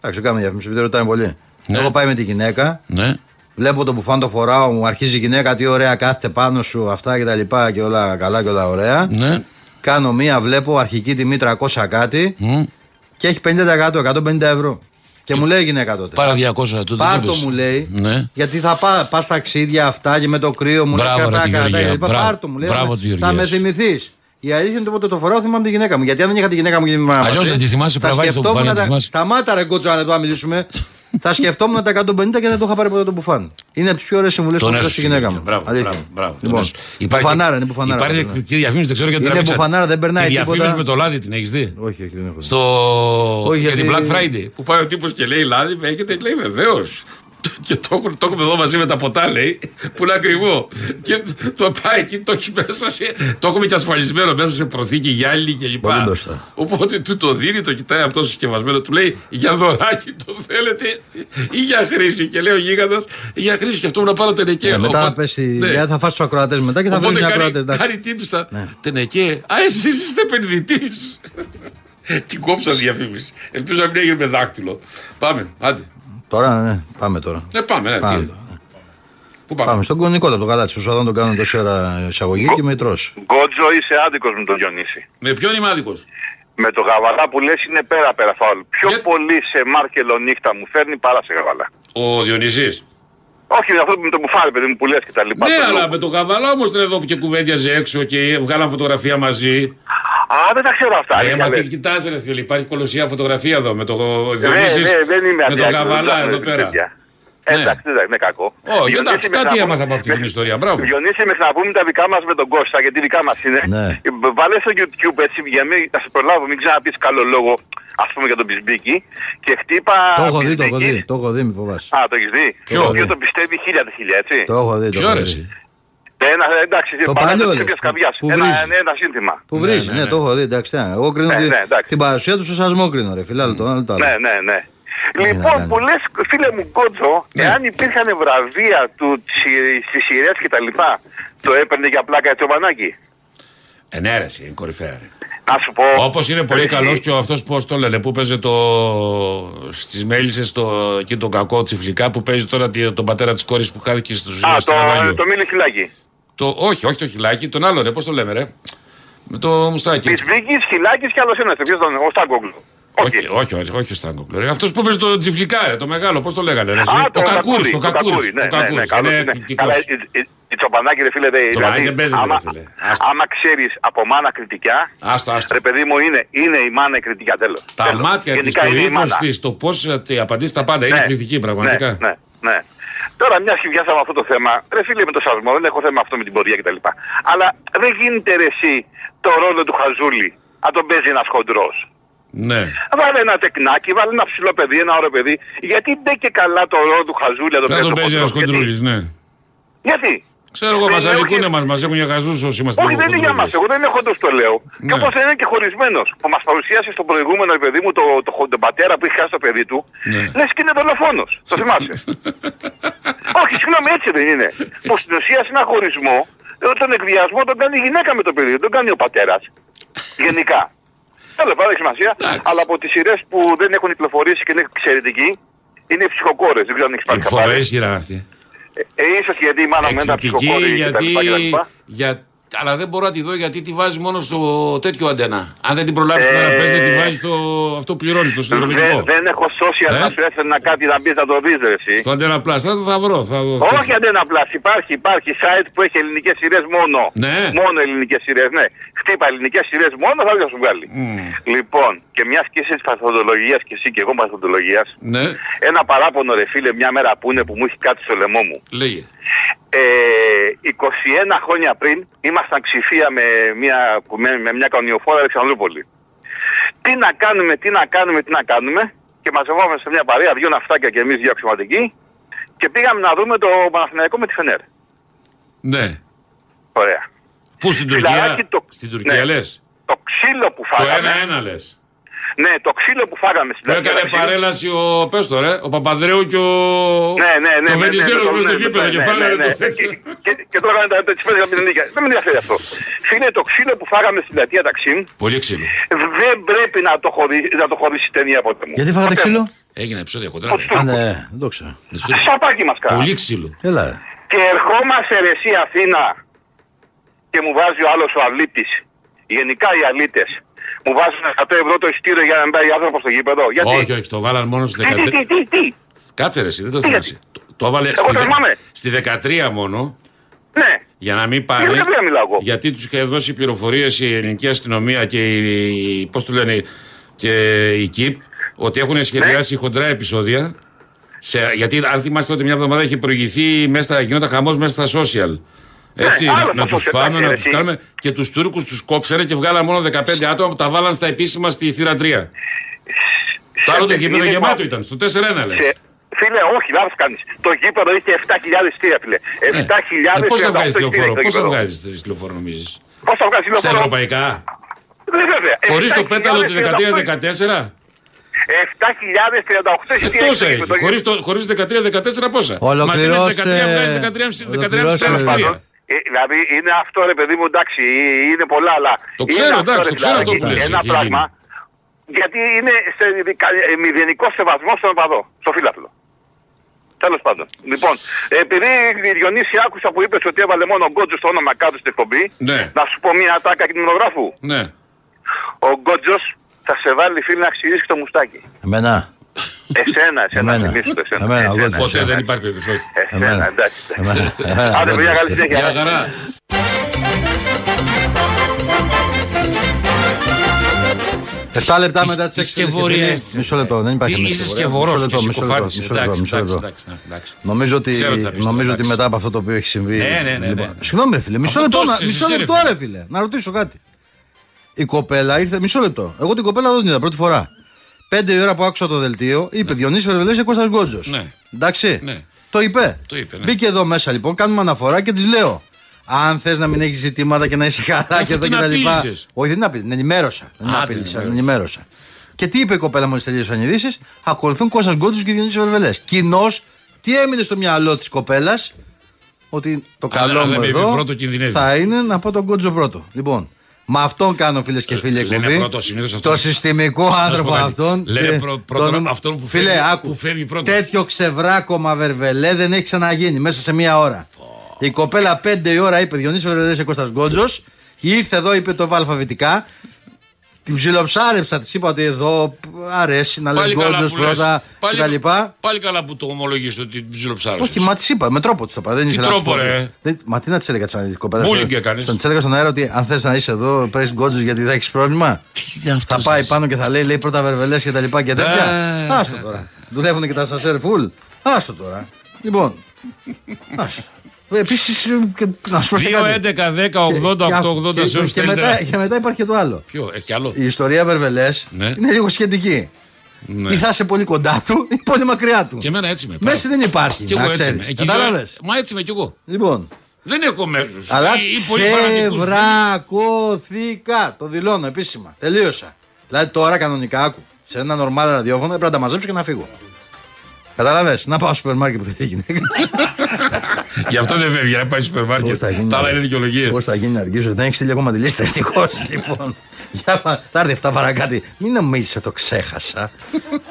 Speaker 1: Εντάξει, κάμε διαφήμιση, επειδή ρωτάνε πολύ.
Speaker 2: Ναι.
Speaker 1: Εγώ πάει με τη γυναίκα,
Speaker 2: Ναι.
Speaker 1: βλέπω το μπουφάν το φοράω, μου αρχίζει η γυναίκα, τι ωραία κάθεται πάνω σου, αυτά και τα λοιπά και όλα καλά και όλα ωραία.
Speaker 2: Ναι.
Speaker 1: Κάνω μία, βλέπω αρχική τιμή 300 κάτι
Speaker 2: Μμ.
Speaker 1: και έχει 50%, 150 ευρώ. Και μου λέει η γυναίκα τότε.
Speaker 2: Πάρα 200 τότε.
Speaker 1: Πάρτο μου λέει.
Speaker 2: Ναι.
Speaker 1: Γιατί θα πά, πας ταξίδια αυτά και με το κρύο μου
Speaker 2: Μπράβο,
Speaker 1: λέει
Speaker 2: ρε, τη Γεωργία. Μπράβο.
Speaker 1: Πάρτο μου λέει.
Speaker 2: Μπράβο
Speaker 1: θα-
Speaker 2: της Γεωργίας.
Speaker 1: Θα με θυμηθείς. Η αλήθεια είναι ότι το φοράω θυμάμαι τη γυναίκα μου. Γιατί αν δεν είχα τη γυναίκα μου και τη μάνα
Speaker 2: Αλλιώς δεν τη θυμάσαι,
Speaker 1: θα
Speaker 2: πρέπει να βάζεις το
Speaker 1: σκεφτόμουν
Speaker 2: μπουφάν
Speaker 1: τα-
Speaker 2: για να τη θυμάσαι.
Speaker 1: Σταμάτα ρε κότσο αν να μιλήσουμε. θα σκεφτόμουν τα 150 και δεν το είχα πάρει ποτέ το μπουφάν. Είναι από τις πιο ωραίες συμβουλές που
Speaker 2: Τον
Speaker 1: μου
Speaker 2: έσωσε
Speaker 1: έδωσε η γυναίκα μου.
Speaker 2: Μπράβο,
Speaker 1: Αλήθεια.
Speaker 2: μπράβο, μπράβο, τον
Speaker 1: Λοιπόν,
Speaker 2: έσωσε.
Speaker 1: Μπουφανάρα είναι μπουφανάρα.
Speaker 2: Υπάρχει
Speaker 1: Ναι.
Speaker 2: και διαφήμιση, δεν ξέρω γιατί
Speaker 1: Είναι
Speaker 2: τραβήξα.
Speaker 1: μπουφανάρα, δεν περνάει
Speaker 2: Τη
Speaker 1: τίποτα.
Speaker 2: διαφήμιση με το λάδι την έχεις δει.
Speaker 1: Όχι, όχι, δεν έχω.
Speaker 2: Στο...
Speaker 1: Όχι,
Speaker 2: για την
Speaker 1: γιατί-
Speaker 2: Black Friday. Που πάει ο τύπος και λέει λάδι, με έχετε, λέει βεβαίως. Και το έχουν- το έχουμε εδώ μαζί με τα ποτά, λέει, που είναι ακριβό. Και το πάει εκεί, το έχει μέσα σε. Το έχουμε και ασφαλισμένο μέσα σε προθήκη γυάλινη κλπ.
Speaker 1: Πολύ μπροστά.
Speaker 2: Οπότε του το δίνει, το κοιτάει αυτός συσκευασμένο, του λέει για δωράκι το θέλετε ή για χρήση. Και λέει ο γίγαντας, για χρήση και αυτό μου να πάρω
Speaker 1: Ε,
Speaker 2: τενεκέ.
Speaker 1: μετά
Speaker 2: Οπότε-
Speaker 1: θα πέσει,
Speaker 2: Ναι.
Speaker 1: γιατί θα φάσει τους ακροατές μετά και θα βρει
Speaker 2: Οπότε
Speaker 1: μια Ναι.
Speaker 2: κάνει,
Speaker 1: ακροατές.
Speaker 2: κάνει τύπιστα. Τενεκέ, α εσείς είστε επενδυτής. Την κόψα διαφήμιση. Ελπίζω να μην έγινε με δάχτυλο. Πάμε, άντε.
Speaker 1: Τώρα, ναι, πάμε τώρα.
Speaker 2: Ναι, πάμε, ναι.
Speaker 1: Πάμε
Speaker 2: τι.
Speaker 1: τώρα.
Speaker 2: Πού πάμε.
Speaker 1: Πάμε στον Κονικόλα το γαλάτσι. Προσπαθώ να τον κάνω τόση ώρα εισαγωγή και με τρως.
Speaker 5: Γκότζο είσαι άδικος με τον Διονύση.
Speaker 2: Με ποιον είμαι άδικος.
Speaker 5: Με το γαβαλά που λες είναι πέρα πέρα φάουλ. Πιο
Speaker 2: Για-
Speaker 5: πολύ σε μάρκελο νύχτα μου φέρνει παρά σε γαβαλά.
Speaker 2: Ο Διονυσή.
Speaker 5: Όχι με αυτό με το μπουφάρι, παιδί μου που λες και τα λοιπά.
Speaker 2: Ναι,
Speaker 5: το
Speaker 2: αλλά
Speaker 5: λέω.
Speaker 2: με τον Καβαλά όμω ήταν εδώ που και κουβέντιαζε έξω και βγάλαν φωτογραφία μαζί.
Speaker 5: Α, δεν τα ξέρω αυτά.
Speaker 2: Ε,
Speaker 5: ρε,
Speaker 2: μα
Speaker 5: καλές.
Speaker 2: τι κοιτάζει, ρε φίλε, υπάρχει κολοσσία φωτογραφία εδώ με τον
Speaker 5: Ναι,
Speaker 2: Διονύσης.
Speaker 5: ναι, δεν είμαι
Speaker 2: Με τον
Speaker 5: αδιάκριτος,
Speaker 2: Καβαλά
Speaker 5: δεν
Speaker 2: εδώ
Speaker 5: είμαι
Speaker 2: πέρα.
Speaker 5: τέτοια.
Speaker 2: Ναι.
Speaker 5: Εντάξει, δεν είναι κακό.
Speaker 2: Ω,
Speaker 5: Διονύση,
Speaker 2: εντάξει,
Speaker 5: μέχρι
Speaker 2: κάτι
Speaker 5: να
Speaker 2: έμαθα
Speaker 5: πούμε-
Speaker 2: από αυτή την
Speaker 5: μέχρι-
Speaker 2: ιστορία. Μπράβο.
Speaker 5: Διονύση, μέχρι να πούμε τα δικά μας με τον Κώστα, γιατί δικά μας είναι.
Speaker 1: Ναι.
Speaker 5: Βάλε στο YouTube έτσι για μην- να σε προλάβω, μην ξαναπείς καλό λόγο, ας πούμε για τον Πισμπίκη. Και χτύπα.
Speaker 1: Το έχω δει, το έχω
Speaker 5: Πισμπίκης.
Speaker 1: δει, το έχω δει, μη φοβάσαι.
Speaker 5: Α, το έχεις δει.
Speaker 1: Ποιο?
Speaker 5: Το οποίο το πιστεύει χίλια τη χίλια, έτσι.
Speaker 1: Το έχω δει, το
Speaker 2: Ποιο
Speaker 1: έχω
Speaker 2: ρε,
Speaker 1: δει.
Speaker 2: εσύ?
Speaker 5: Ένα, εντάξει,
Speaker 1: Το
Speaker 5: πάντα
Speaker 1: παλιό,
Speaker 5: της
Speaker 1: λες,
Speaker 5: ίδιας
Speaker 1: που-
Speaker 5: καρδιάς.
Speaker 1: που
Speaker 5: Ένα,
Speaker 1: βρίζεις.
Speaker 5: ένα, ένα σύνθημα.
Speaker 1: Που
Speaker 2: Ναι,
Speaker 1: βρίζεις,
Speaker 2: ναι,
Speaker 1: ναι,
Speaker 2: ναι.
Speaker 1: το έχω δει, εντάξει. ναι. Εγώ κρίνω
Speaker 5: Ναι,
Speaker 1: τη-
Speaker 5: ναι, εντάξει.
Speaker 1: την παρουσία τους σε σασμό κρίνω, ρε φίλε, άλλο το άλλο. το άλλο.
Speaker 5: Ναι, ναι, ναι.
Speaker 1: ναι.
Speaker 5: Λοιπόν, που λες, φίλε μου Κότζο,
Speaker 2: Ναι.
Speaker 5: εάν υπήρχαν βραβεία του τσι- στις σειρές και τα λοιπά, το έπαιρνε για πλάκα το μανάκι.
Speaker 2: Ε, ναι, ρε, εσύ, είναι κορυφαία. Ρε.
Speaker 5: Να σου πω. Ε,
Speaker 2: Όπως είναι πολύ
Speaker 5: Εσύ-
Speaker 2: καλός και ο αυτός πώς το λένε, που παίζει το. στις μέλισσες το, και τον κακό τσιφλικά που παίζει τώρα τη- τον πατέρα της κόρης που χάθηκε στους
Speaker 5: Α,
Speaker 2: στο
Speaker 5: το,
Speaker 2: ναυάγιο.
Speaker 5: το μίλη χιλάκι.
Speaker 2: Το, όχι, όχι το χιλάκι, τον άλλο ρε, πώς το λέμε ρε. Με το μουστάκι.
Speaker 5: Της Βίκης, χιλάκι και άλλος ένας. Ποιος τον, ο Στάγκογκλου.
Speaker 2: Όχι, όχι, όχι, όχι ο Στάνκο. Αυτός που παίζει το τσιφλικά, ρε, το μεγάλο, πώς το λέγανε. Ρε,
Speaker 5: Α,
Speaker 2: εσύ.
Speaker 5: το
Speaker 2: ο Κακούρη.
Speaker 5: το
Speaker 2: Ο Κακούρης.
Speaker 5: Ναι,
Speaker 2: Ο
Speaker 5: ναι, ναι,
Speaker 2: Κακούρης,
Speaker 5: καλός
Speaker 2: είναι
Speaker 5: είναι.
Speaker 2: εκπληκτικός.
Speaker 5: Καλά, ε, η- η- η Τσοπανάκη, ρε φίλε, δε-
Speaker 2: Τσοπανάκη
Speaker 5: δηλαδή,
Speaker 2: δεν παίζει, ρε,
Speaker 5: άμα-
Speaker 2: φίλε. Άστο.
Speaker 5: Άμα ξέρεις από μάνα κριτικά,
Speaker 2: Άστο, άστο.
Speaker 5: Ρε παιδί μου, είναι, είναι η μάνα η κριτικά, τέλος.
Speaker 2: Τα
Speaker 5: Τέλος.
Speaker 2: μάτια της,
Speaker 5: Γενικά
Speaker 2: το
Speaker 5: είναι η
Speaker 2: ύφος
Speaker 5: μάνα.
Speaker 2: της, το πώς απαντήσεις τα πάντα.
Speaker 5: Ναι,
Speaker 2: Είναι πληθυκή πραγματικά.
Speaker 5: Ναι, ναι, ναι. Τώρα, μια και πιάσαμε αυτό το θέμα, ρε φίλε με το σασμό, δεν έχω θέμα αυτό με την πορεία κτλ. Αλλά δεν γίνεται ρε εσύ το ρόλο του Χαζούλη να τον παίζει ένας χοντρός.
Speaker 2: Ναι.
Speaker 5: Βάλε ένα τεκνάκι, βάλε ένα ψηλό παιδί, ένα ωραίο παιδί. Γιατί ντε και καλά το ρόλο του Χαζούλη να τον
Speaker 2: Να
Speaker 5: παίζει
Speaker 2: τον
Speaker 5: το
Speaker 2: παίζει ένα
Speaker 5: χοντρός.
Speaker 2: κοντρούλη, ναι.
Speaker 5: Γιατί, γιατί,
Speaker 2: Ξέρω εγώ, μα
Speaker 5: Είναι
Speaker 2: αδικούνε
Speaker 5: όχι-
Speaker 2: μας, μας έχουν για χαζού όσοι είμαστε
Speaker 5: Ε, ναι, Όχι, δεν είναι για μας. Εγώ δεν έχω το λέω.
Speaker 2: Ναι.
Speaker 5: Και όπως είναι και χωρισμένος που μας παρουσίασε στον προηγούμενο ρε παιδί μου το, το, χο- τον πατέρα που είχε χάσει το παιδί του,
Speaker 2: Ναι.
Speaker 5: λες και είναι δολοφόνος. Το θυμάσαι. Όχι, συγγνώμη, έτσι δεν είναι. Που στην ουσία σε ένα χωρισμό, ε, τον εκβιασμό τον κάνει η γυναίκα με το παιδί, δεν τον κάνει ο πατέρας. Γενικά. Τέλο πάντων, έχει σημασία.
Speaker 2: Εντάξει.
Speaker 5: Αλλά από τις σειρές που δεν έχουν κυκλοφορήσει και είναι εξαιρετική, είναι οι ψυχοκόρες. Δεν ξέρω αν έχεις πάρει
Speaker 2: Φοβερή σειρά είναι αυτή.
Speaker 5: Ε, ίσως γιατί η μάνα μου ήταν ψυχοκόρη
Speaker 2: Εκπληκτική Ε, γιατί. Για... Αλλά δεν μπορώ να τη δω γιατί τη βάζει μόνο στο τέτοιο αντένα. Αν δεν την προλάβεις την
Speaker 5: Ε,
Speaker 2: ώρα πες, δεν τη βάζεις στο. Αυτό πληρώνεις το συνδρομητικό.
Speaker 5: Δεν, δεν έχω social
Speaker 2: Ε?
Speaker 5: να σου έφερνα κάτι να μπεις να το δεις ρε εσύ.
Speaker 2: Στο αντένα πλάσ. Θα το θα βρω. Θα δω.
Speaker 5: Όχι αντένα πλάς, υπάρχει, υπάρχει site που έχει ελληνικές σειρές μόνο.
Speaker 2: Ναι.
Speaker 5: Μόνο ελληνικές σειρές, ναι. Χτύπα ελληνικές σειρές μόνο, θα δεις να σου βγάλει. Λοιπόν, και μια και είσαι της παθοδολογίας και εσύ και εγώ παθοδολογίας,
Speaker 2: Ναι,
Speaker 5: ένα παράπονο ρε φίλε μια μέρα που είναι που μου έχει κάτι στο λαιμό μου.
Speaker 2: λέγε.
Speaker 5: Ε, 21 χρόνια πριν ήμασταν ψηφία με μια, με, με μια κανιοφόρα Αλεξανδρούπολη. Τι να κάνουμε, τι να κάνουμε, τι να κάνουμε. Και μαζευόμαστε σε μια παρέα, δύο ναυτάκια και εμείς δύο αξιωματικοί. Και πήγαμε να δούμε το Παναθηναϊκό με τη Φενέρ.
Speaker 2: Ναι.
Speaker 5: Ωραία.
Speaker 2: Πού στην
Speaker 5: Φιλαράκι
Speaker 2: Τουρκία.
Speaker 5: το-
Speaker 2: Στην Τουρκία
Speaker 5: ναι.
Speaker 2: λες.
Speaker 5: Το ξύλο που
Speaker 2: Το
Speaker 5: φάγαμε.
Speaker 2: ένα-ένα λες.
Speaker 5: Ναι, το ξύλο που φάγαμε στην
Speaker 2: Που έκανε
Speaker 5: Τουρκία.
Speaker 2: παρέλαση ο. Πες το ρε. Ο Παπαδρέου και ο.
Speaker 5: Ναι, ναι, ναι.
Speaker 2: Το
Speaker 5: ναι, ναι,
Speaker 2: Βενιζέλος
Speaker 5: ναι,
Speaker 2: με
Speaker 5: ναι,
Speaker 2: στο
Speaker 5: ναι,
Speaker 2: γήπεδο
Speaker 5: ναι,
Speaker 2: και
Speaker 5: ναι,
Speaker 2: φάγανε
Speaker 5: ναι, ναι.
Speaker 2: το τέτοιο.
Speaker 5: Και- και- Και τώρα τα τσιπέζα με την νίκη. Δεν με ενδιαφέρει αυτό. Φίλε, το ξύλο που φάγαμε στην πλατεία Ταξίμ
Speaker 2: Πολύ ξύλο.
Speaker 5: δεν πρέπει να το, χωρί, να το χωρίσει η ταινία από μου.
Speaker 1: Γιατί φάγατε ξύλο.
Speaker 2: Έγινε επεισόδια κοντρά. ρε.
Speaker 1: Α, ναι, δεν το ξέρω.
Speaker 2: Με στο-
Speaker 5: Σαπάκι μας κάνα.
Speaker 2: Πολύ ξύλο.
Speaker 1: Έλα. ρε.
Speaker 5: Και ερχόμαστε ρε εσύ Αθήνα και μου βάζει ο άλλος ο αλήτης. Γενικά οι αλήτες μου βάζουν 100 ευρώ το ειστήριο για να μην πάει άνθρωπος στο γήπεδο. Γιατί.
Speaker 2: Όχι, όχι, το βάλαν μόνο στο
Speaker 5: Τι, τι,
Speaker 2: 13.
Speaker 5: τι, τι, τι.
Speaker 2: Κάτσε ρε, εσύ, δεν το
Speaker 5: Τι
Speaker 2: θυμάσαι. Το, το έβαλε στη,
Speaker 5: το θυμάμαι.
Speaker 2: στη 13 μόνο
Speaker 5: Ναι.
Speaker 2: για να μην
Speaker 5: Για
Speaker 2: πάρει.
Speaker 5: την Ευρεία μιλάω εγώ.
Speaker 2: Γιατί τους είχε δώσει πληροφορίες η ελληνική αστυνομία και η. Πώς το λένε, και η ΚΙΠ, ότι έχουν σχεδιάσει
Speaker 5: Ναι.
Speaker 2: χοντρά επεισόδια. Σε, γιατί αν θυμάστε ότι μια εβδομάδα είχε προηγηθεί, μέσα, στα- γινόταν χαμός μέσα στα social. Έτσι,
Speaker 5: Ναι, άλλο
Speaker 2: να,
Speaker 5: τα
Speaker 2: να του
Speaker 5: social,
Speaker 2: φάμε,
Speaker 5: εντάξει,
Speaker 2: να
Speaker 5: ρε,
Speaker 2: τους
Speaker 5: τι.
Speaker 2: κάνουμε. Και τους Τούρκους τους κόψανε και βγάλαν μόνο 15 άτομα που τα βάλαν στα επίσημα στη θύρα 3. Το άλλο το
Speaker 5: Σε
Speaker 2: γήπεδο
Speaker 5: παιχνίδι
Speaker 2: γεμάτο
Speaker 5: που-
Speaker 2: ήταν, στο 4-1 λες.
Speaker 5: σε- Ε, Φίλε, όχι, λάθος κάνεις. Το γήπεδο είχε 7.000 ειστήρια, φίλε. 7.000
Speaker 2: Πώ Ε, θα βγάζει
Speaker 5: ειστήρια
Speaker 2: τηλεφόρο,
Speaker 5: στο
Speaker 2: πώς θα
Speaker 5: γήπεδο.
Speaker 2: βγάζει τηλεφόρο, νομίζεις.
Speaker 5: Πώς θα βγάζεις
Speaker 2: Στα
Speaker 5: λεωφόρο.
Speaker 2: ευρωπαϊκά.
Speaker 5: Ναι, βέβαια.
Speaker 2: Χωρίς το πέταλο τη
Speaker 5: 7.038
Speaker 2: 13-14.
Speaker 5: 7.038
Speaker 2: Ε,
Speaker 5: εισιτήρια
Speaker 2: τόσα έχει.
Speaker 5: έχει το γήπεδο.
Speaker 2: Χωρίς το χωρίς το 13-14 πόσα. Μας είναι 13,
Speaker 1: Ολοκληρώστε.
Speaker 2: βγάζει 13, 13,
Speaker 1: Ολοκληρώστε.
Speaker 5: Τέλος
Speaker 2: 13.
Speaker 5: πάντων. Ε, δηλαδή είναι αυτό ρε παιδί μου, εντάξει, ε, είναι πολλά, αλλά.
Speaker 2: Το
Speaker 5: είναι
Speaker 2: ξέρω, εντάξει,
Speaker 5: ρε
Speaker 2: το ξέρω
Speaker 5: φιλαράκι,
Speaker 2: αυτό που λες,
Speaker 5: Ένα
Speaker 2: έχει
Speaker 5: πράγμα. Γιατί είναι σε δικα- ε, μηδενικό σεβασμό στον οπαδό, στο φύλαθλο. Τέλος πάντων. Λοιπόν, επειδή Διονύση άκουσα που είπες ότι έβαλε μόνο Γκότζο στο όνομα κάτω στην εκπομπή,
Speaker 2: Ναι.
Speaker 5: να σου πω μια τάκα κινηματογράφου.
Speaker 2: Ναι.
Speaker 5: Ο Γκότζος θα σε βάλει φίλε να ξυρίσει το μουστάκι.
Speaker 1: Εμένα.
Speaker 5: Εσένα, εσένα,
Speaker 1: Εμένα.
Speaker 5: θυμίσου το εσένα.
Speaker 1: Εμένα, ο Γκότζος.
Speaker 2: Ποτέ
Speaker 1: ναι.
Speaker 2: δεν υπάρχει περίπτωση. όχι.
Speaker 5: Εσένα,
Speaker 1: Εμένα.
Speaker 5: εντάξει.
Speaker 1: Εμένα.
Speaker 5: εντάξει.
Speaker 1: Εμένα,
Speaker 5: Άντε,
Speaker 1: Γκότζος.
Speaker 5: παιδιά, καλή συνέχεια.
Speaker 2: Γεια χαρά.
Speaker 1: Εφτά λεπτά
Speaker 2: Τις-
Speaker 1: μετά τις
Speaker 2: τις
Speaker 1: 6 και
Speaker 2: σκευωρίες της,
Speaker 1: ε, Μισό λεπτό, δεν υπάρχει
Speaker 2: Τι-
Speaker 1: μια
Speaker 2: Είσαι
Speaker 1: σκευωρία.
Speaker 2: σκευωρό και
Speaker 1: Μισό λεπτό,
Speaker 2: συκοφάρτη.
Speaker 1: μισό λεπτό,
Speaker 2: Εντάξει,
Speaker 1: μισό
Speaker 2: εντάξει,
Speaker 1: λεπτό.
Speaker 2: εντάξει, εντάξει.
Speaker 1: Νομίζω ότι,
Speaker 2: Ξέρω τι θα πεις τώρα,
Speaker 1: νομίζω ότι
Speaker 2: εντάξει.
Speaker 1: μετά από αυτό το οποίο έχει συμβεί. λοιπόν.
Speaker 2: Ναι, ναι, ναι, ναι.
Speaker 1: Συγγνώμη, ρε φίλε. Μισό
Speaker 2: Αυτό
Speaker 1: λεπτό,
Speaker 2: το
Speaker 1: να-
Speaker 2: στήσεις,
Speaker 1: μισό
Speaker 2: ρε
Speaker 1: λεπτό,
Speaker 2: φίλε.
Speaker 1: ρε φίλε. Να ρωτήσω κάτι. Η κοπέλα ήρθε. Μισό λεπτό. Εγώ την κοπέλα δεν την είδα πρώτη φορά. Πέντε η ώρα που άκουσα το δελτίο, είπε Διονύσης Βερβελές και Κώστας Γκότζος.
Speaker 2: Ναι.
Speaker 1: Εντάξει.
Speaker 2: Ναι.
Speaker 1: Το είπε.
Speaker 2: Το είπε, ναι.
Speaker 1: Μπήκε εδώ μέσα λοιπόν, κάνουμε αναφορά και της λέω. Αν θες να μην έχεις ζητήματα και να είσαι καλά
Speaker 2: Αφού
Speaker 1: και εδώ
Speaker 2: την
Speaker 1: και τα λοιπά.
Speaker 2: απείλησες.
Speaker 1: Όχι, δεν απειλήσα. Την ενημέρωσα. Δεν
Speaker 2: Α,
Speaker 1: απειλήσα,
Speaker 2: την
Speaker 1: την ενημέρωσα. Και τι είπε η κοπέλα μόλις τελείωσαν οι ειδήσει. Ακολουθούν Κώστας Γκόντου και Διονύσης Βερβελές. Κοινώς, τι έμεινε στο μυαλό της κοπέλας, ότι το
Speaker 2: Αλλά
Speaker 1: καλό
Speaker 2: αν
Speaker 1: μου
Speaker 2: δεν είπε
Speaker 1: εδώ
Speaker 2: πρώτο, κινδυνεύει.
Speaker 1: θα είναι να πω τον Γκότζο πρώτο. Λοιπόν, με αυτόν κάνω φίλες και φίλοι
Speaker 2: Ε, λένε
Speaker 1: εκπομπή.
Speaker 2: πρώτο, συνήθως αυτό.
Speaker 1: Το συστημικό
Speaker 2: σου πω
Speaker 1: άνθρωπο
Speaker 2: κάτι.
Speaker 1: αυτόν.
Speaker 2: Λένε
Speaker 1: και
Speaker 2: πρω- πρώτον
Speaker 1: το νου-
Speaker 2: αυτόν που
Speaker 1: Φίλε,
Speaker 2: φεύγει-
Speaker 1: άκου,
Speaker 2: που φεύγει πρώτος.
Speaker 1: Τέτοιο ξεβράκωμα βερβελέ δεν έχει ξαναγίνει μέσα σε μία ώρα. Η κοπέλα 5 η ώρα είπε Διονύση Βερβελέ και Κώστας Γκότζος. Ήρθε εδώ, είπε το είπα αλφαβητικά. Την ψιλοψάρεψα, της είπα ότι εδώ π, αρέσει να λέει
Speaker 2: Πάλι καλά
Speaker 1: Γκότζος
Speaker 2: που λες.
Speaker 1: πρώτα
Speaker 2: Πάλι-
Speaker 1: κτλ.
Speaker 2: Πάλι καλά που το ομολογείς ότι την ψιλοψάρωσες.
Speaker 1: Όχι, μα της είπα, με τρόπο της το είπα. Δεν ήθελα να
Speaker 2: τρόπο,
Speaker 1: της πω.
Speaker 2: ρε?
Speaker 1: Δεν, μα τι να της έλεγα της αναλυτική κοπέλα.
Speaker 2: Bullying
Speaker 1: στον-
Speaker 2: έκανες.
Speaker 1: Στον της έλεγα στον αέρα ότι αν θες να είσαι εδώ, παίρνει γκότζου γιατί θα έχεις πρόβλημα. Θα πάει πάνω και θα λέει, λέει πρώτα βερβελές και τα λοιπά και τέτοια.
Speaker 2: Ε.
Speaker 1: Άστο τώρα. Δουλεύουν και τα σασέρ φουλ. Άστο τώρα. Λοιπόν. Επίση, να σου πω και κάτι.
Speaker 2: 2, 11, 10, 80, 80,
Speaker 1: Και- και-
Speaker 2: 80,
Speaker 1: και μετά- Και μετά υπάρχει και το άλλο.
Speaker 2: Ποιο, έχει άλλο.
Speaker 1: Η ιστορία βερβελές
Speaker 2: Ναι.
Speaker 1: είναι λίγο σχετική.
Speaker 2: Ναι.
Speaker 1: Ή θα είσαι πολύ κοντά του ή πολύ μακριά του.
Speaker 2: Και εμένα έτσι με. πάρα-
Speaker 1: Μέση δεν υπάρχει.
Speaker 2: Κι εγώ
Speaker 1: να
Speaker 2: έτσι με.
Speaker 1: ξέρεις.
Speaker 2: Εκεί-
Speaker 1: Κατάλαβες.
Speaker 2: Μα έτσι με κι εγώ.
Speaker 1: Λοιπόν,
Speaker 2: Δεν έχω μέσου.
Speaker 1: Αλλά
Speaker 2: οι, οι πολύ φανατικούς
Speaker 1: ξεβρακώθηκα. Το δηλώνω επίσημα. Τελείωσα. Δηλαδή τώρα κανονικά άκου. Σε ένα νορμάλ ραδιόφωνο πρέπει να τα μαζέψω και να φύγω. Καταλαβες, να πάω στο σούπερ μάρκετ που θέλει η γυναίκα.
Speaker 2: δεν- Γι' αυτό δεν φεύγει, να πάει στο σούπερ
Speaker 1: Πώς
Speaker 2: μάρκετ.
Speaker 1: θα γίνει.
Speaker 2: Τα άλλα είναι δικαιολογίες.
Speaker 1: Πώς θα γίνει, Αργύζο, δεν έχεις στείλει ακόμα τη λίστα. Ευτυχώς λοιπόν. Για πα- θα έρθει 7 παρακάτι. Μην νομίζεις το ξέχασα.